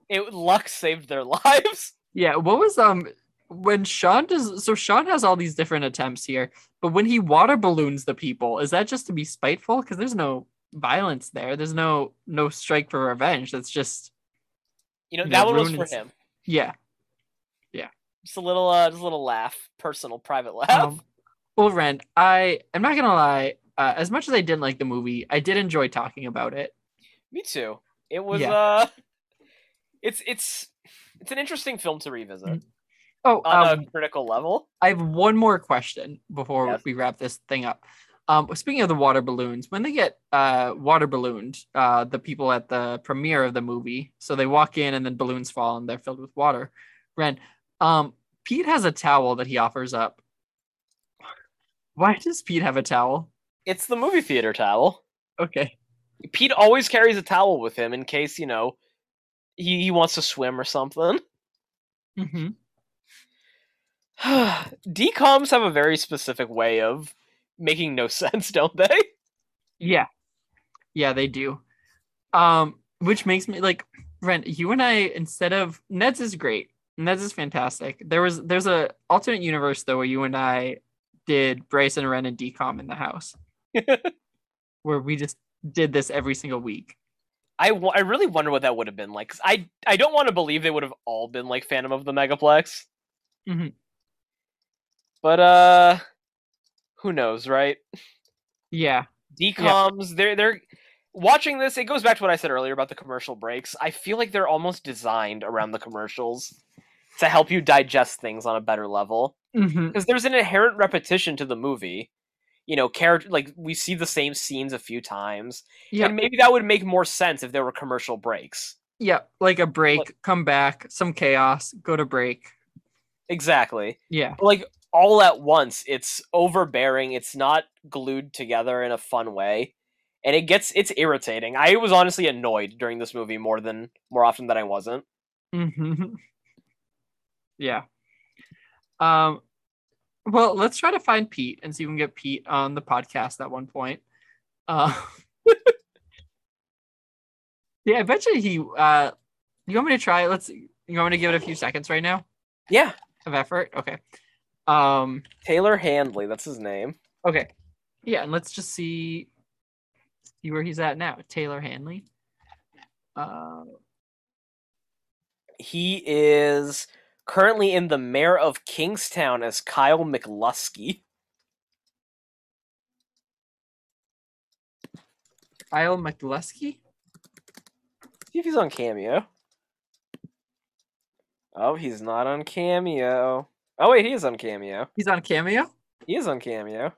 it luck saved their lives. Yeah. What was um when Sean does? So Sean has all these different attempts here, but when he water balloons the people, is that just to be spiteful? Because there's no violence there. There's no no strike for revenge. That's just You know No, that one was ruin for is- him. yeah. Just a little, uh, just a little laugh, personal, private laugh. Um, well, Ren, I am not gonna lie. Uh, as much as I didn't like the movie, I did enjoy talking about it. Me too. It was yeah. uh, it's it's it's an interesting film to revisit Oh, on um, a critical level. I have one more question before Yes. we wrap this thing up. Um, speaking of the water balloons, when they get uh, water ballooned, uh, the people at the premiere of the movie, so they walk in and then balloons fall and they're filled with water. Ren, um, Pete has a towel that he offers up. Why does Pete have a towel? It's the movie theater towel. Okay. Pete always carries a towel with him in case you know he, he wants to swim or something. hmm Decoms have a very specific way of making no sense, don't they? Yeah. Yeah, they do. Um, which makes me like, Ren, you and I, instead of Ned's is great. Ned's is fantastic. There was there's a alternate universe though where you and I did Bryce and Ren and Decom in the house. where we just did this every single week. I, wo- I really wonder what that would have been like. 'cause I I don't want to believe they would have all been like Phantom of the Megaplex. Mhm. But uh, who knows, right? Yeah. Decoms, they're they're watching this. It goes back to what I said earlier about the commercial breaks. I feel like they're almost designed around the commercials to help you digest things on a better level. hmm because there's an inherent repetition to the movie. You know, character like we see the same scenes a few times, Yeah. and maybe that would make more sense if there were commercial breaks. Yeah. Like a break, come back, some chaos, go to break. Exactly, Yeah. But, like all at once, it's overbearing. It's not glued together in a fun way, and it gets it's irritating. I was honestly annoyed during this movie more than more often than I wasn't. hmm Yeah. Um, well, let's try to find Pete and see if we can get Pete on the podcast at one point. Uh, yeah, I bet you he. Uh, you want me to try? Let's. You want me to give it a few seconds right now Yeah, of effort? Okay. Um. Taylor Handley, that's his name. Okay. Yeah, and let's just see, see where he's at now. Taylor Hanley. Uh, He is currently in the mayor of Kingstown as Kyle McLusky. Kyle McLusky. See if he's on Cameo. Oh, he's not on Cameo. Oh wait, he is on Cameo. He's on Cameo. He is on Cameo.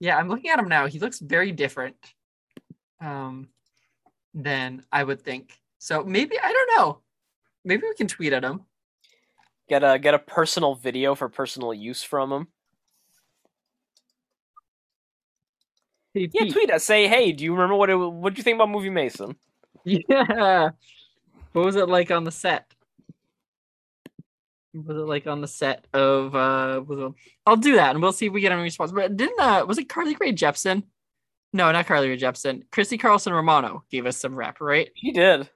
Yeah, I'm looking at him now. He looks very different um than I would think. So maybe I don't know. Maybe we can tweet at him. Get a get a personal video for personal use from him. Hey, Yeah, Pete. tweet us. Say, hey, do you remember what it, what you think about movie Mason? yeah. What was it like on the set? What Was it like on the set of uh was it- I'll do that and we'll see if we get any response. But didn't uh was it Carly Gray Jepsen No, not Carly Rae Jepsen. Christy Carlson Romano gave us some rap, right? He did.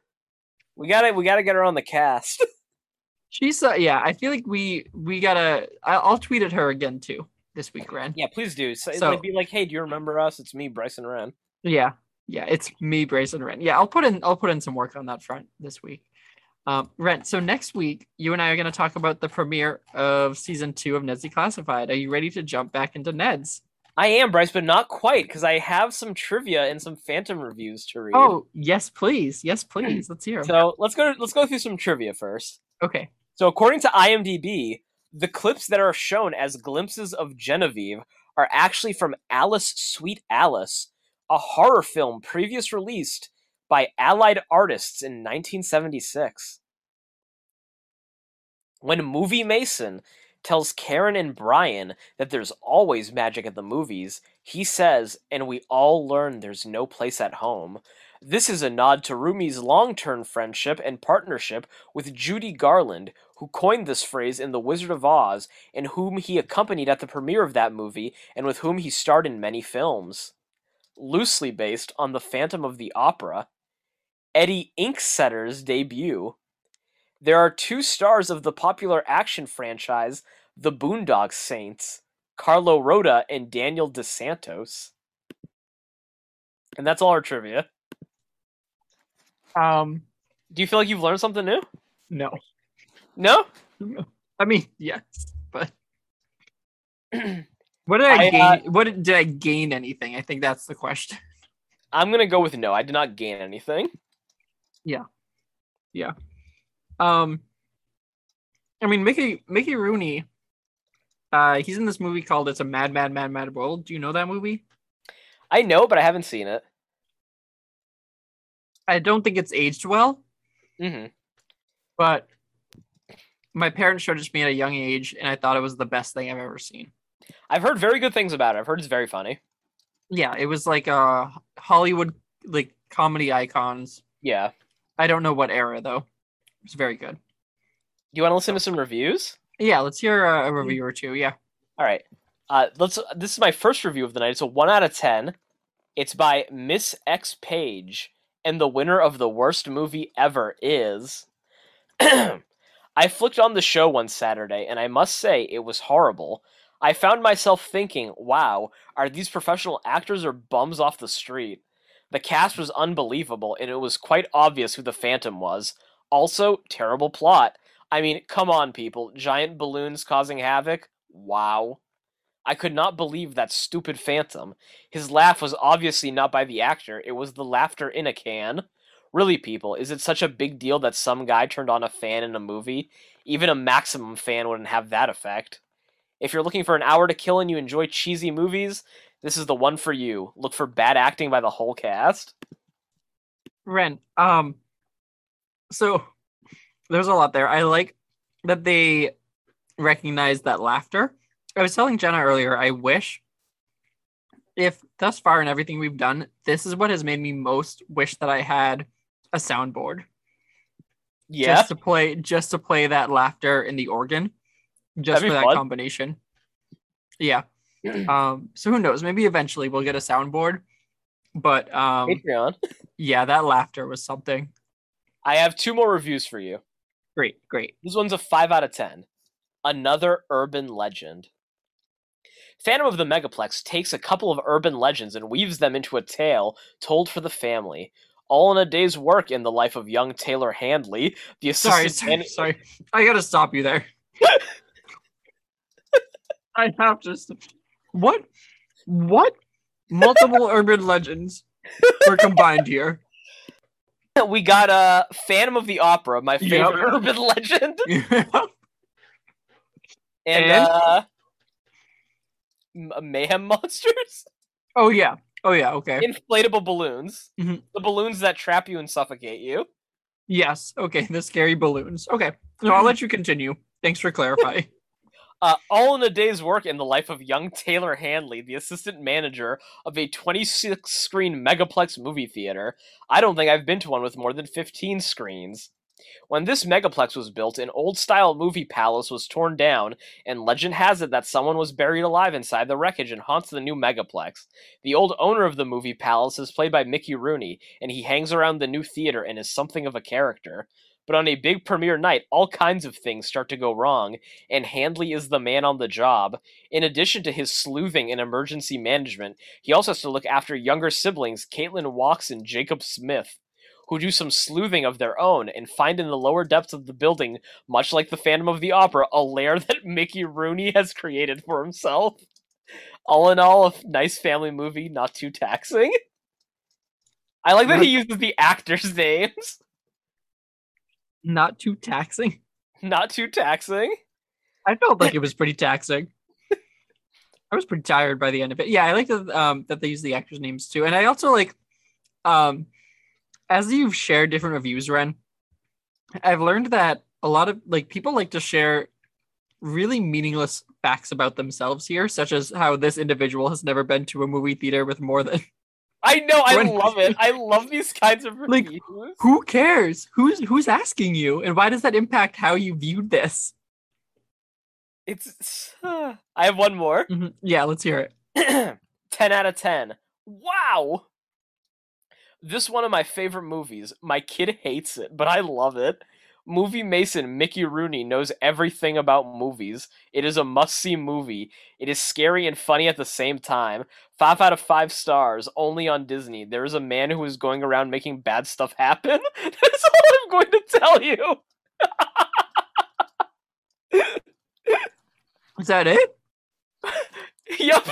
We got to We got to get her on the cast. She's uh, yeah. I feel like we we gotta. I, I'll tweet at her again too this week, Ren. yeah, please do. So, So- like, be like, hey, do you remember us? It's me, Bryson Wren. Yeah, yeah. It's me, Bryson Rent. Yeah, I'll put in I'll put in some work on that front this week. Um, Rent. So next week, you and I are going to talk about the premiere of season two of Ned's Declassified. Are you ready to jump back into Ned's? I am Bryce, but not quite because I have some trivia and some Phantom reviews to read. Oh yes, please. Yes, please. Let's hear 'em. so let's go. Let's go through some trivia first. Okay. So according to IMDb, the clips that are shown as glimpses of Genevieve are actually from Alice Sweet Alice, a horror film previous released by Allied Artists in 1976. When Movie Mason tells Karen and Brian that there's always magic at the movies, he says, and we all learn there's no place at home. This is a nod to Rumi's long term friendship and partnership with Judy Garland, who coined this phrase in The Wizard of Oz and whom he accompanied at the premiere of that movie and with whom he starred in many films. Loosely based on The Phantom of the Opera, Eddie Inksetter's debut. There are two stars of the popular action franchise, The Boondock Saints, Carlo Rota and Daniel DeSantos. And that's all our trivia. Um. Do you feel like you've learned something new? No. No? I mean, yes, but what did I, I, gain? uh, what did, did I gain anything? I think that's the question. I'm gonna go with no. I did not gain anything. Um, I mean, Mickey Mickey Rooney. Uh, he's in this movie called "It's a Mad Mad Mad Mad World." Do you know that movie? I know, but I haven't seen it. I don't think it's aged well, hmm but my parents showed it to me at a young age, and I thought it was the best thing I've ever seen. I've heard very good things about it. I've heard it's very funny. Yeah, it was like a Hollywood like comedy icons. Yeah. I don't know what era though. It was very good. Do you want to listen to some reviews? Yeah, let's hear uh, a, a review or two. Yeah. All right. Uh, let's. This is my first review of the night. It's a one out of ten. It's by Miss X Page, and the winner of the worst movie ever is. I flicked on the show one Saturday, and I must say it was horrible. I found myself thinking, "Wow, are these professional actors or bums off the street?" The cast was unbelievable, and it was quite obvious who the Phantom was. Also, terrible plot. I mean, come on, people. Giant balloons causing havoc? Wow. I could not believe that stupid phantom. His laugh was obviously not by the actor, it was the laughter in a can. Really, people, is it such a big deal that some guy turned on a fan in a movie? Even a maximum fan wouldn't have that effect. If you're looking for an hour to kill and you enjoy cheesy movies, this is the one for you. Look for bad acting by the whole cast. Ren, um, so there's a lot there. I like that they recognize that laughter. I was telling Jenna earlier, I wish if thus far in everything we've done, this is what has made me most wish that I had a soundboard Yeah. just to play just to play that laughter in the organ just That'd be for that fun. combination yeah um so who knows maybe eventually we'll get a soundboard but um Patreon. yeah that laughter was something I have two more reviews for you. great great This one's a 5 out of 10. Another urban legend. Phantom of the Megaplex takes a couple of urban legends and weaves them into a tale told for the family. All in a day's work in the life of young Taylor Handley, the sorry, assistant. sorry, man- sorry. I gotta stop you there. I have to. Stop. What? What? Multiple urban legends were combined here. We got uh, Phantom of the Opera, my Yep. favorite urban legend. yeah, And, And? uh, M- Mayhem Monsters? Oh yeah. Oh yeah. Okay. Inflatable balloons. Mhm. The balloons that trap you and suffocate you. Yes. Okay. The scary balloons. Okay. No, I'll let you continue. Thanks for clarifying. Uh, all in a day's work in the life of young Taylor Hanley, the assistant manager of a 26 screen megaplex movie theater. I don't think I've been to one with more than 15 screens. When this megaplex was built, an old style movie palace was torn down, and legend has it that someone was buried alive inside the wreckage and haunts the new megaplex. The old owner of the movie palace is played by Mickey Rooney, and he hangs around the new theater and is something of a character. But on a big premiere night, all kinds of things start to go wrong, and Handley is the man on the job. In addition to his sleuthing and emergency management, he also has to look after younger siblings Caitlin Walks and Jacob Smith who do some sleuthing of their own and find in the lower depths of the building, much like the Phantom of the Opera, a lair that Mickey Rooney has created for himself. All in all, a f- nice family movie, not too taxing. I like that he uses the actors' names. Not too taxing. Not too taxing. I felt like it was pretty taxing. I was pretty tired by the end of it. Yeah, I like that um, that they use the actors' names too, and I also like, um, as you've shared different reviews, Ren, I've learned that a lot of like people like to share really meaningless facts about themselves here, such as how this individual has never been to a movie theater with more than I know, I When- love it. I love these kinds of Like, reviews. who cares? Who's who's asking you, and why does that impact how you viewed this? it's. I have one more. Mhm. Yeah, let's hear it. 10 out of 10. Wow! This one of my favorite movies. My kid hates it, but I love it. Movie Mason Mickey Rooney knows everything about movies. It is a must see movie. It is scary and funny at the same time. Five out of five stars, only on Disney. There is a man who is going around making bad stuff happen. That's all I'm going to tell you. Is that it? Yup.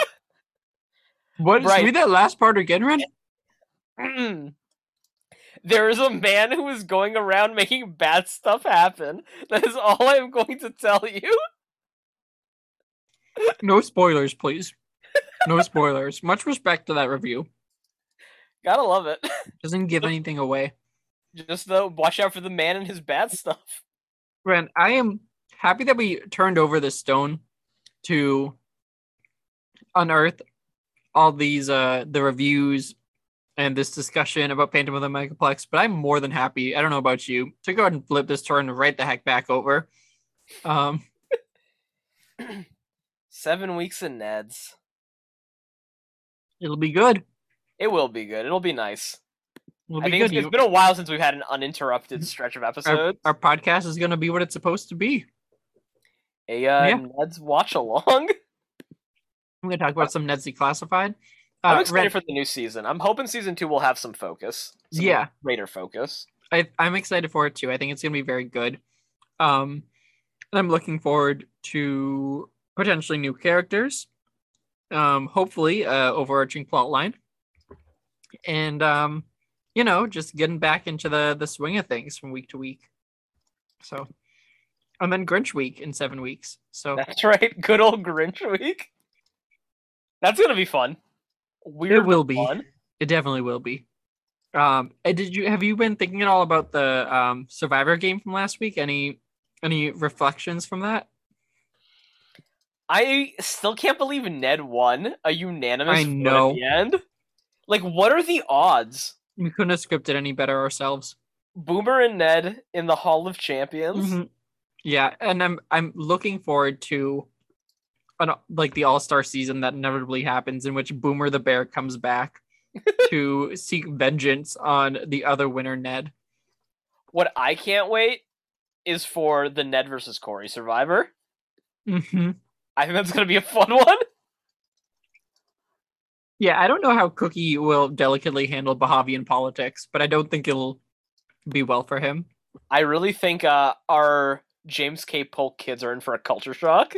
What? Right. Read that last part again, Ren. Mm. There is a man who is going around making bad stuff happen. That is all I'm going to tell you. No spoilers, please. No spoilers. Much respect to that review. Gotta love it. Doesn't give anything away. Just though, watch out for the man and his bad stuff. Ren, I am happy that we turned over this stone to unearth all these uh the reviews and this discussion about Phantom of the Megaplex, but I'm more than happy, I don't know about you, to go ahead and flip this turn right the heck back over. Um Seven weeks in Ned's. it'll be good. It will be good. It'll be nice. It'll I be think good. it's, it's You- Mm. been a while since we've had an uninterrupted stretch of our, episodes. our podcast is gonna be what it's supposed to be. a uh, yeah. Ned's watch along. I'm gonna talk about some Ned's Declassified. Uh, I'm Uh, excited Ren, for the new season. I'm hoping season two will have some focus. some Yeah. Greater focus. I, I'm excited for it too. I think it's going to be very good. Um, and I'm looking forward to potentially new characters, um, hopefully, uh, overarching plot line, and um, you know, just getting back into the the swing of things from week to week. So, and then Grinch week in seven weeks. So That's right. Good old Grinch week. That's gonna be fun. Weird. it will be. Fun. It definitely will be. Um, and did you have you been thinking at all about the um Survivor game from last week? Any any reflections from that? I still can't believe Ned won a unanimous. I vote know. At the end, like, what are the odds? We couldn't have scripted any better ourselves. Boomer and Ned in the Hall of Champions. Mm-hmm. Yeah, and I'm I'm looking forward to an, like the All Star season that inevitably happens, in which Boomer the Bear comes back to seek vengeance on the other winner, Ned. What I can't wait is for the Ned versus Corey Survivor. Mm-hmm. I think that's gonna be a fun one. Yeah, I don't know how Cookie will delicately handle Bahavian politics, but I don't think it'll be well for him. I really think uh, our James K. Polk kids are in for a culture shock.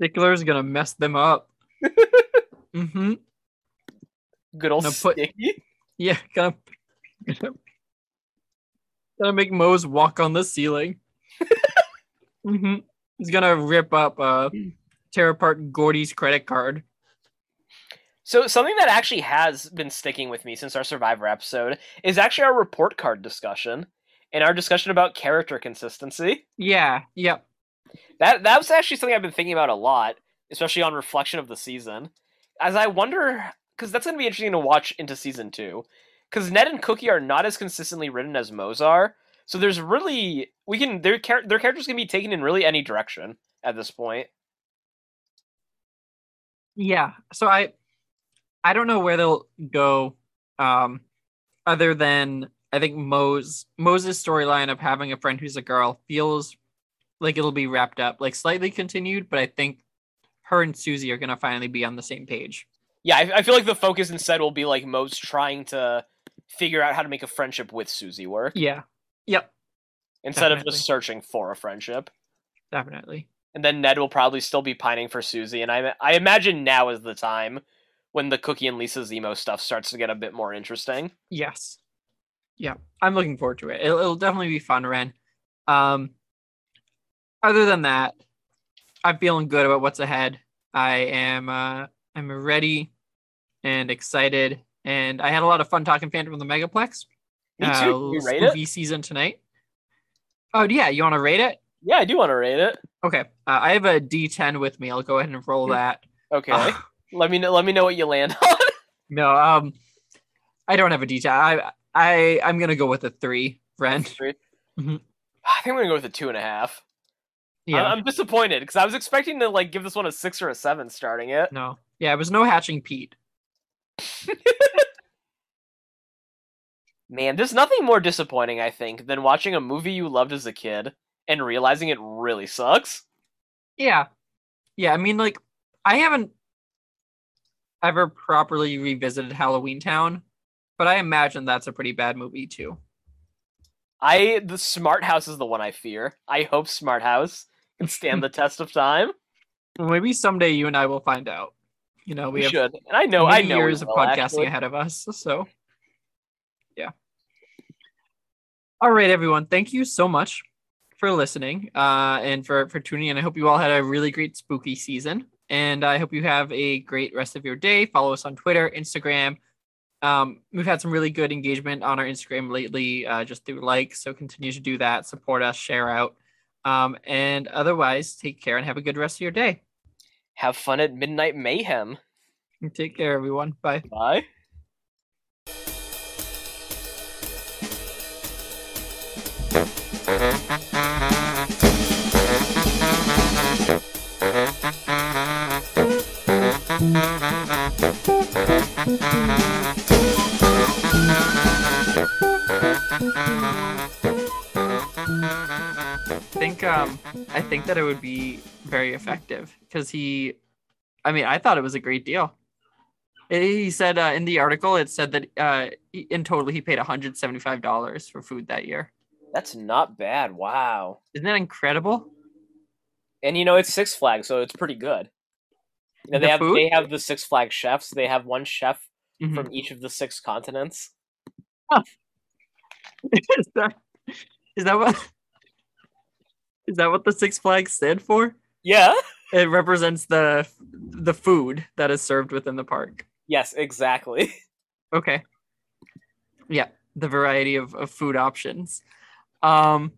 Stickler is gonna mess them up. mm-hmm. Good old Now put- Sticky. Yeah, gonna gonna make Moe's walk on the ceiling. hmm He's gonna rip up, uh, tear apart Gordy's credit card. So something that actually has been sticking with me since our Survivor episode is actually our report card discussion and our discussion about character consistency. Yeah, yep. That that was actually something I've been thinking about a lot, especially on reflection of the season. As I wonder, because that's going to be interesting to watch into season two, because Ned and Cookie are not as consistently written as Mose are. So there's really we can their char- their characters can be taken in really any direction at this point. yeah so i i don't know where they'll go um other than i think mose mose's storyline of having a friend who's a girl feels like it'll be wrapped up like slightly continued but i think her and susie are gonna finally be on the same page Yeah, I, I feel like the focus instead will be like Mose trying to figure out how to make a friendship with Susie work yeah yep instead of definitely. just searching for a friendship. definitely And then Ned will probably still be pining for Susie, and I I imagine now is the time when the Cookie and Lisa Zemo stuff starts to get a bit more interesting. Yes. Yeah, I'm looking forward to it. It'll, it'll definitely be fun, Ren. Um, other than that, I'm feeling good about what's ahead. I am uh, I'm ready and excited, and I had a lot of fun talking Phantom of the Megaplex. Me Uh, too. Can we little rate it? spooky season tonight. Oh yeah, you want to rate it? Yeah, I do want to rate it. Okay, uh, I have a D10 with me. I'll go ahead and roll Hmm. that. Okay. Uh, let me know let me know what you land on. no, um, I don't have a D10. I I I'm gonna go with a three, Ren. Three. Mhm. I think I'm gonna go with a two and a half. I- Yeah. I'm disappointed because I was expecting to like give this one a six or a seven starting it. No. Yeah, it was no hatching Pete. Man, there's nothing more disappointing, I think, than watching a movie you loved as a kid and realizing it really sucks. Yeah. Yeah, I mean like I haven't ever properly revisited Halloween Town, but I imagine that's a pretty bad movie too. I the Smart House is the one I fear. I hope Smart House can stand the test of time. Well, Maybe someday you and I will find out. You know, we, We, have should, and I know, I many know we years of will, podcasting actually. ahead of us, so yeah. All right, everyone. Thank you so much for listening uh, and for for tuning in. I hope you all had a really great spooky season, and I hope you have a great rest of your day. Follow us on Twitter, Instagram. Um, we've had some really good engagement on our Instagram lately, uh, just through likes. So continue to do that. Support us, share out, um, and otherwise, take care and have a good rest of your day. Have fun at Midnight Mayhem. Take care, everyone. Bye. Bye. think um I think that it would be very effective because he, I mean, I thought it was a great deal. It- he said uh, in the article, it said that uh, he- in total he paid one hundred seventy five dollars for food that year. That's not bad. Wow. Isn't that incredible? And you know it's Six Flags, so it's pretty good. You know, they The have food? they have the Six Flags chefs. They have one chef Mhm. from each of the six continents. is that is that what is that what the Six Flags stand for? Yeah. It represents the the food that is served within the park. Yes, exactly. Okay. Yeah, the variety of, of food options. Um,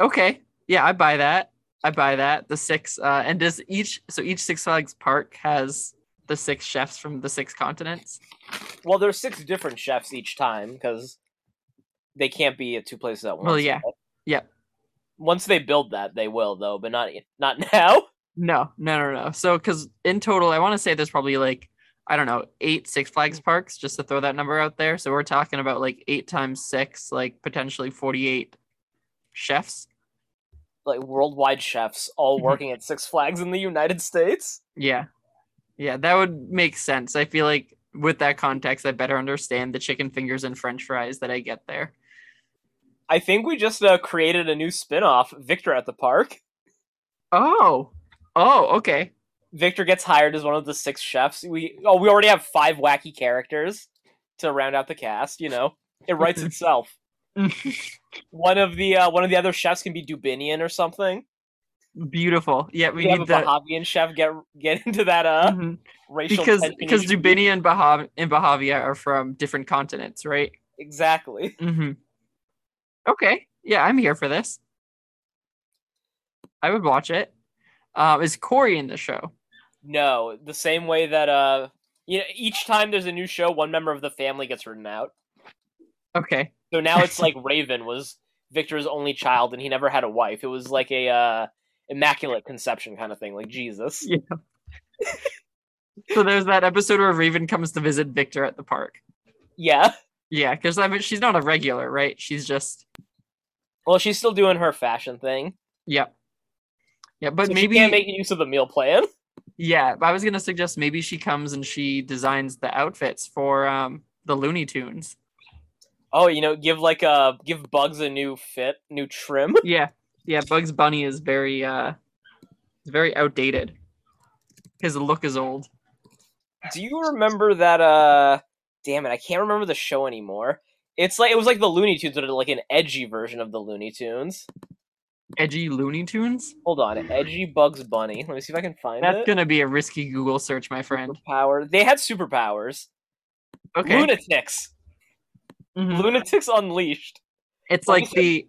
okay. Yeah, I buy that. I buy that. The six uh, and does each so each Six Flags park has the six chefs from the six continents. Well, there's six different chefs each time because they can't be at two places at once. Well, yeah. right? Yeah. Once they build that, they will though, but not not now. No, no, no, no. So because in total, I want to say there's probably like I don't know eight Six Flags parks just to throw that number out there. So we're talking about like eight times six, like potentially forty eight chefs. Like worldwide chefs all Mhm. working at Six Flags in the United States. Yeah. Yeah, that would make sense. I feel like with that context, I better understand the chicken fingers and french fries that I get there. I think we just uh, created a new spin-off, Victor at the Park. Oh. Oh, okay. Victor gets hired as one of the six chefs. We oh, we already have five wacky characters to round out the cast. You know, it writes Mhm. itself. One of the uh, one of the other chefs can be Dubinian or something. Beautiful. Yeah, we we have a need that. Bahavian chef get get into that uh Mhm. racial Because tension because issue. Dubinia and Bahav and Bahavia are from different continents, right? exactly Mm-hmm. Okay. Yeah, I'm here for this. I would watch it. Um, is Corey in the show? no the same way that uh you know each time there's a new show one member of the family gets written out Okay. So now it's like Raven was Victor's only child and he never had a wife. It was like a uh, immaculate conception kind of thing, like Jesus. Yeah. So there's that episode where Raven comes to visit Victor at the park. Yeah. Yeah, because I mean she's not a regular, right? She's just Well, she's still doing her fashion thing. yeah. Yeah, but so maybe she can't make use of the meal plan. yeah, I was gonna suggest maybe she comes and she designs the outfits for um the Looney Tunes. Oh, you know, give like a give Bugs a new fit, new trim. Yeah, yeah. Bugs Bunny is very uh, is very outdated. His look is old. Do you remember that? Uh, damn it, I can't remember the show anymore. It's like it was like the Looney Tunes, but like an edgy version of the Looney Tunes. Edgy Looney Tunes. Hold on, edgy Bugs Bunny. Let me see if I can find That's it. gonna be a risky Google search, my friend. Power. They had superpowers. Okay. Lunatics. Mhm. Lunatics Unleashed. It's like the,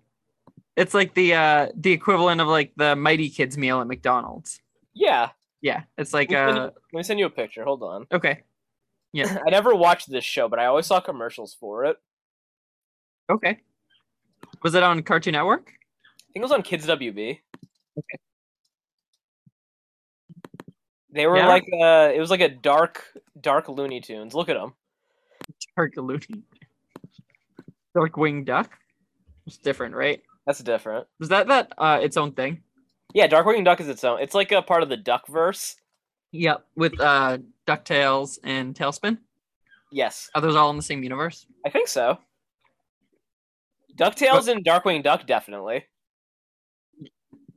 it's like the uh the equivalent of like the Mighty Kids meal at McDonald's. Yeah. Yeah, it's like Let me send uh you- let me send you a picture. Hold on. okay I never watched this show, but I always saw commercials for it. okay. Was it on Cartoon Network? I think it was on Kids WB. They were Yeah. like uh it was like a dark dark Looney Tunes. Look at them. Dark Looney. Dark Wing Duck. It's different, right? That's different. Was that that uh its own thing? Yeah, Darkwing Duck is its own. It's like a part of the Duckverse. Yep, with uh DuckTales and Tailspin. Yes, Are those all in the same universe? I think so. DuckTales and Darkwing Duck definitely.